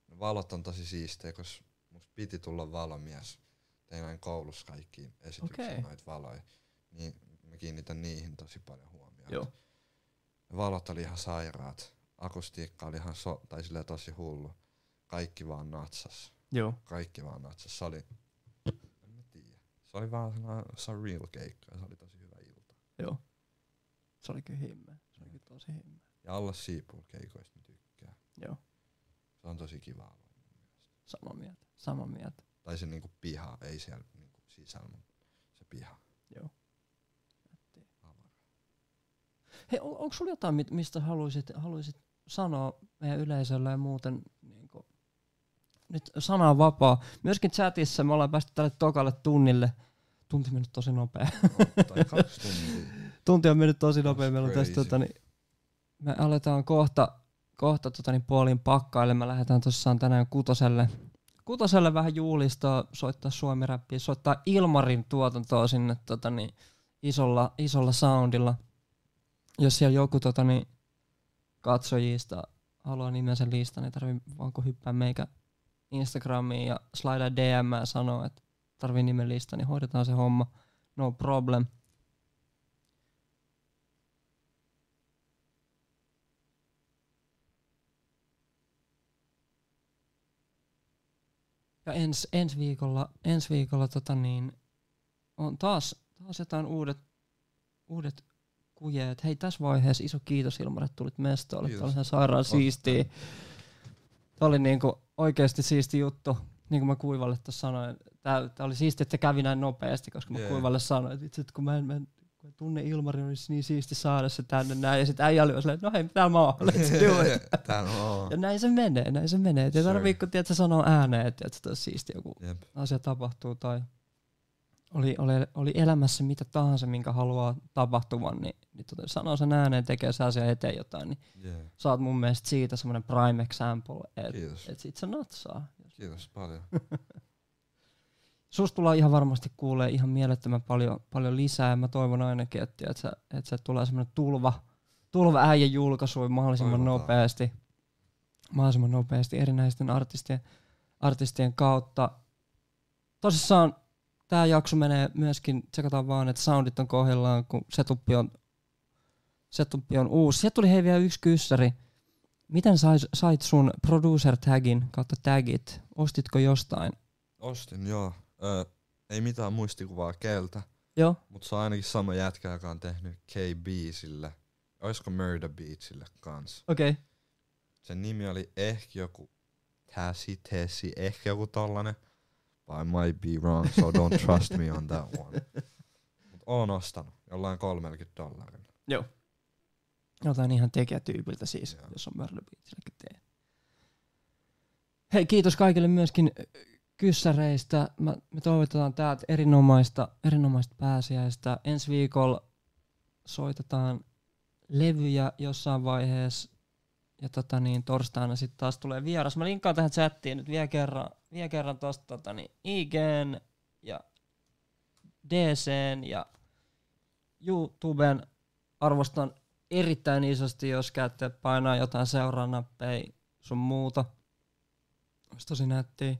B: Ne valot on tosi siistejä, koska musta piti tulla valomies. Tein aina koulussa kaikkiin esityksiin
A: Okei.
B: okay. noita valoja. Niin mä kiinnitän niihin tosi paljon huomiota.
A: Joo.
B: Ne valot oli ihan sairaat. Akustiikka oli ihan so- tai silleen tosi hullu. Kaikki vaan natsas.
A: Joo.
B: Kaikki vaan natsas. Se oli, en mä tiedä. Se oli vaan sellainen surreal keikka ja se oli tosi hyvä ilta.
A: Joo. Se oli kyllä himmeä. Se oli kyllä tosi himmeä.
B: Ja alla siipul keikoista mä tykkään.
A: Joo.
B: Se on tosi kiva alue.
A: Samaa mieltä. Samaa mieltä.
B: Tai se niinku piha, ei siellä niinku sisällä, mutta se piha.
A: Joo. Hei, on, onko sulla jotain, mit- mistä haluaisit, haluaisit sanoa meidän yleisölle ja muuten? Niin kuin, nyt sana on vapaa. Myöskin chatissa me ollaan päästy tälle tokalle tunnille. Tunti mennyt tosi nopea.
B: tai kaksi tuntia.
A: Tunti on mennyt tosi
B: That's
A: nopea. Meillä on tästä,
B: crazy.
A: tota, niin, me aletaan kohta, kohta tota, niin, puolin pakkaille. Me lähdetään tosissaan tänään kutoselle. Kutoselle vähän juulistaa, soittaa suomiräppiä, soittaa Ilmarin tuotantoa sinne tota, niin, isolla, isolla soundilla. Jos siellä joku tota, niin, katsojista haluaa nimensä listan, niin tarvii vaan kun hyppää meikä Instagramiin ja slida DM ja sanoo, että tarvii nimen lista, niin hoidetaan se homma. No problem. Ja ens, ensi viikolla, ensi viikolla tota niin, on taas, taas jotain uudet, uudet kuje, että hei tässä vaiheessa iso kiitos Ilmari, että tulit mestolle. Tämä
B: Kiitos.
A: oli ihan sairaan
B: Ostan.
A: siistiä. Tämä oli niinku oikeasti siisti juttu. Niin kuin mä Kuivalle tuossa sanoin, tämä oli siistiä, että kävi näin nopeasti, koska mä
B: Jee.
A: Kuivalle sanoin, että vitsi, että kun mä en, mä en kun en tunne Ilmari, niin olisi niin siisti saada se tänne näin. Ja sitten äijä oli vaan silleen, että no hei, täällä mä oon, let's do it.
B: Tää on.
A: Ja näin se menee, näin se menee. Et Ei
B: Sure.
A: tarvii, kun tiedät, sä sanoo ääneen, että tiedät, olisi siisti joku
B: Jep.
A: asia tapahtuu tai oli, oli, oli elämässä mitä tahansa, minkä haluaa tapahtuvan, niin, niin tota, sanoo sen ääneen, tekee se asia eteen jotain, niin
B: Yeah.
A: sä oot mun mielestä siitä semmoinen prime example, että
B: Kiitos.
A: et sit se natsaa.
B: Kiitos paljon.
A: Susta tullaan ihan varmasti kuulee ihan mielettömän paljon, paljon lisää, ja mä toivon ainakin, että, että, sä, että sä tulee semmoinen tulva, tulva äijä julkaisuja mahdollisimman
B: Toivotaan.
A: nopeasti, mahdollisimman nopeasti erinäisten artistien, artistien kautta. Tosissaan tämä jakso menee myöskin, tsekataan vaan, että soundit on kohdillaan, kun setuppi on, setuppi on uusi. Sieltä tuli hei vielä yksi kyssäri. Miten sais, sait sun producer tagin kautta tagit? Ostitko jostain?
B: Ostin, joo. Ö, ei mitään muistikuvaa keltä,
A: Joo.
B: mutta se on ainakin sama jätkä, joka on tehnyt KB sillä. Olisiko Murder Beatsillä kans.
A: Okei. Okay.
B: Sen nimi oli ehkä joku Tassi Tessi, ehkä joku tollanen. But I might be wrong, so don't trust me on that one. Mut oon ostanut jollain 30 dollarilla.
A: Jotain ihan tekijätyypiltä siis,
B: Joo.
A: jos on Murder Beatsilläkin tee. Hei, kiitos kaikille myöskin ö, kyssäreistä. Mä, me toivotetaan täältä erinomaista, erinomaista pääsiäistä. Ensi viikolla soitetaan levyjä jossain vaiheessa. Ja tota niin, torstaina sitten taas tulee vieras. Mä linkkaan tähän chattiin nyt vielä kerran, vielä kerran tosta tota niin, IGn ja DCn ja YouTuben. Arvostan erittäin isosti, jos käytte painaa jotain seuranappeja sun muuta. Olisi tosi nättiä.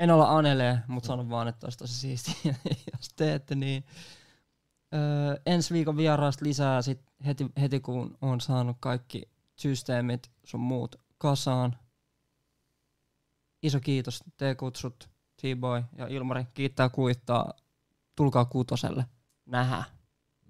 A: En olla anelee, mutta sanon vaan, että olisi tosi siistiä, jos teette niin. Öö, ensi viikon vieraasta lisää sit heti, heti, kun on saanut kaikki systeemit sun muut kasaan. Iso kiitos, te kutsut, T-Boy ja Ilmari. Kiittää kuittaa. Tulkaa kuutoselle. Nähdään.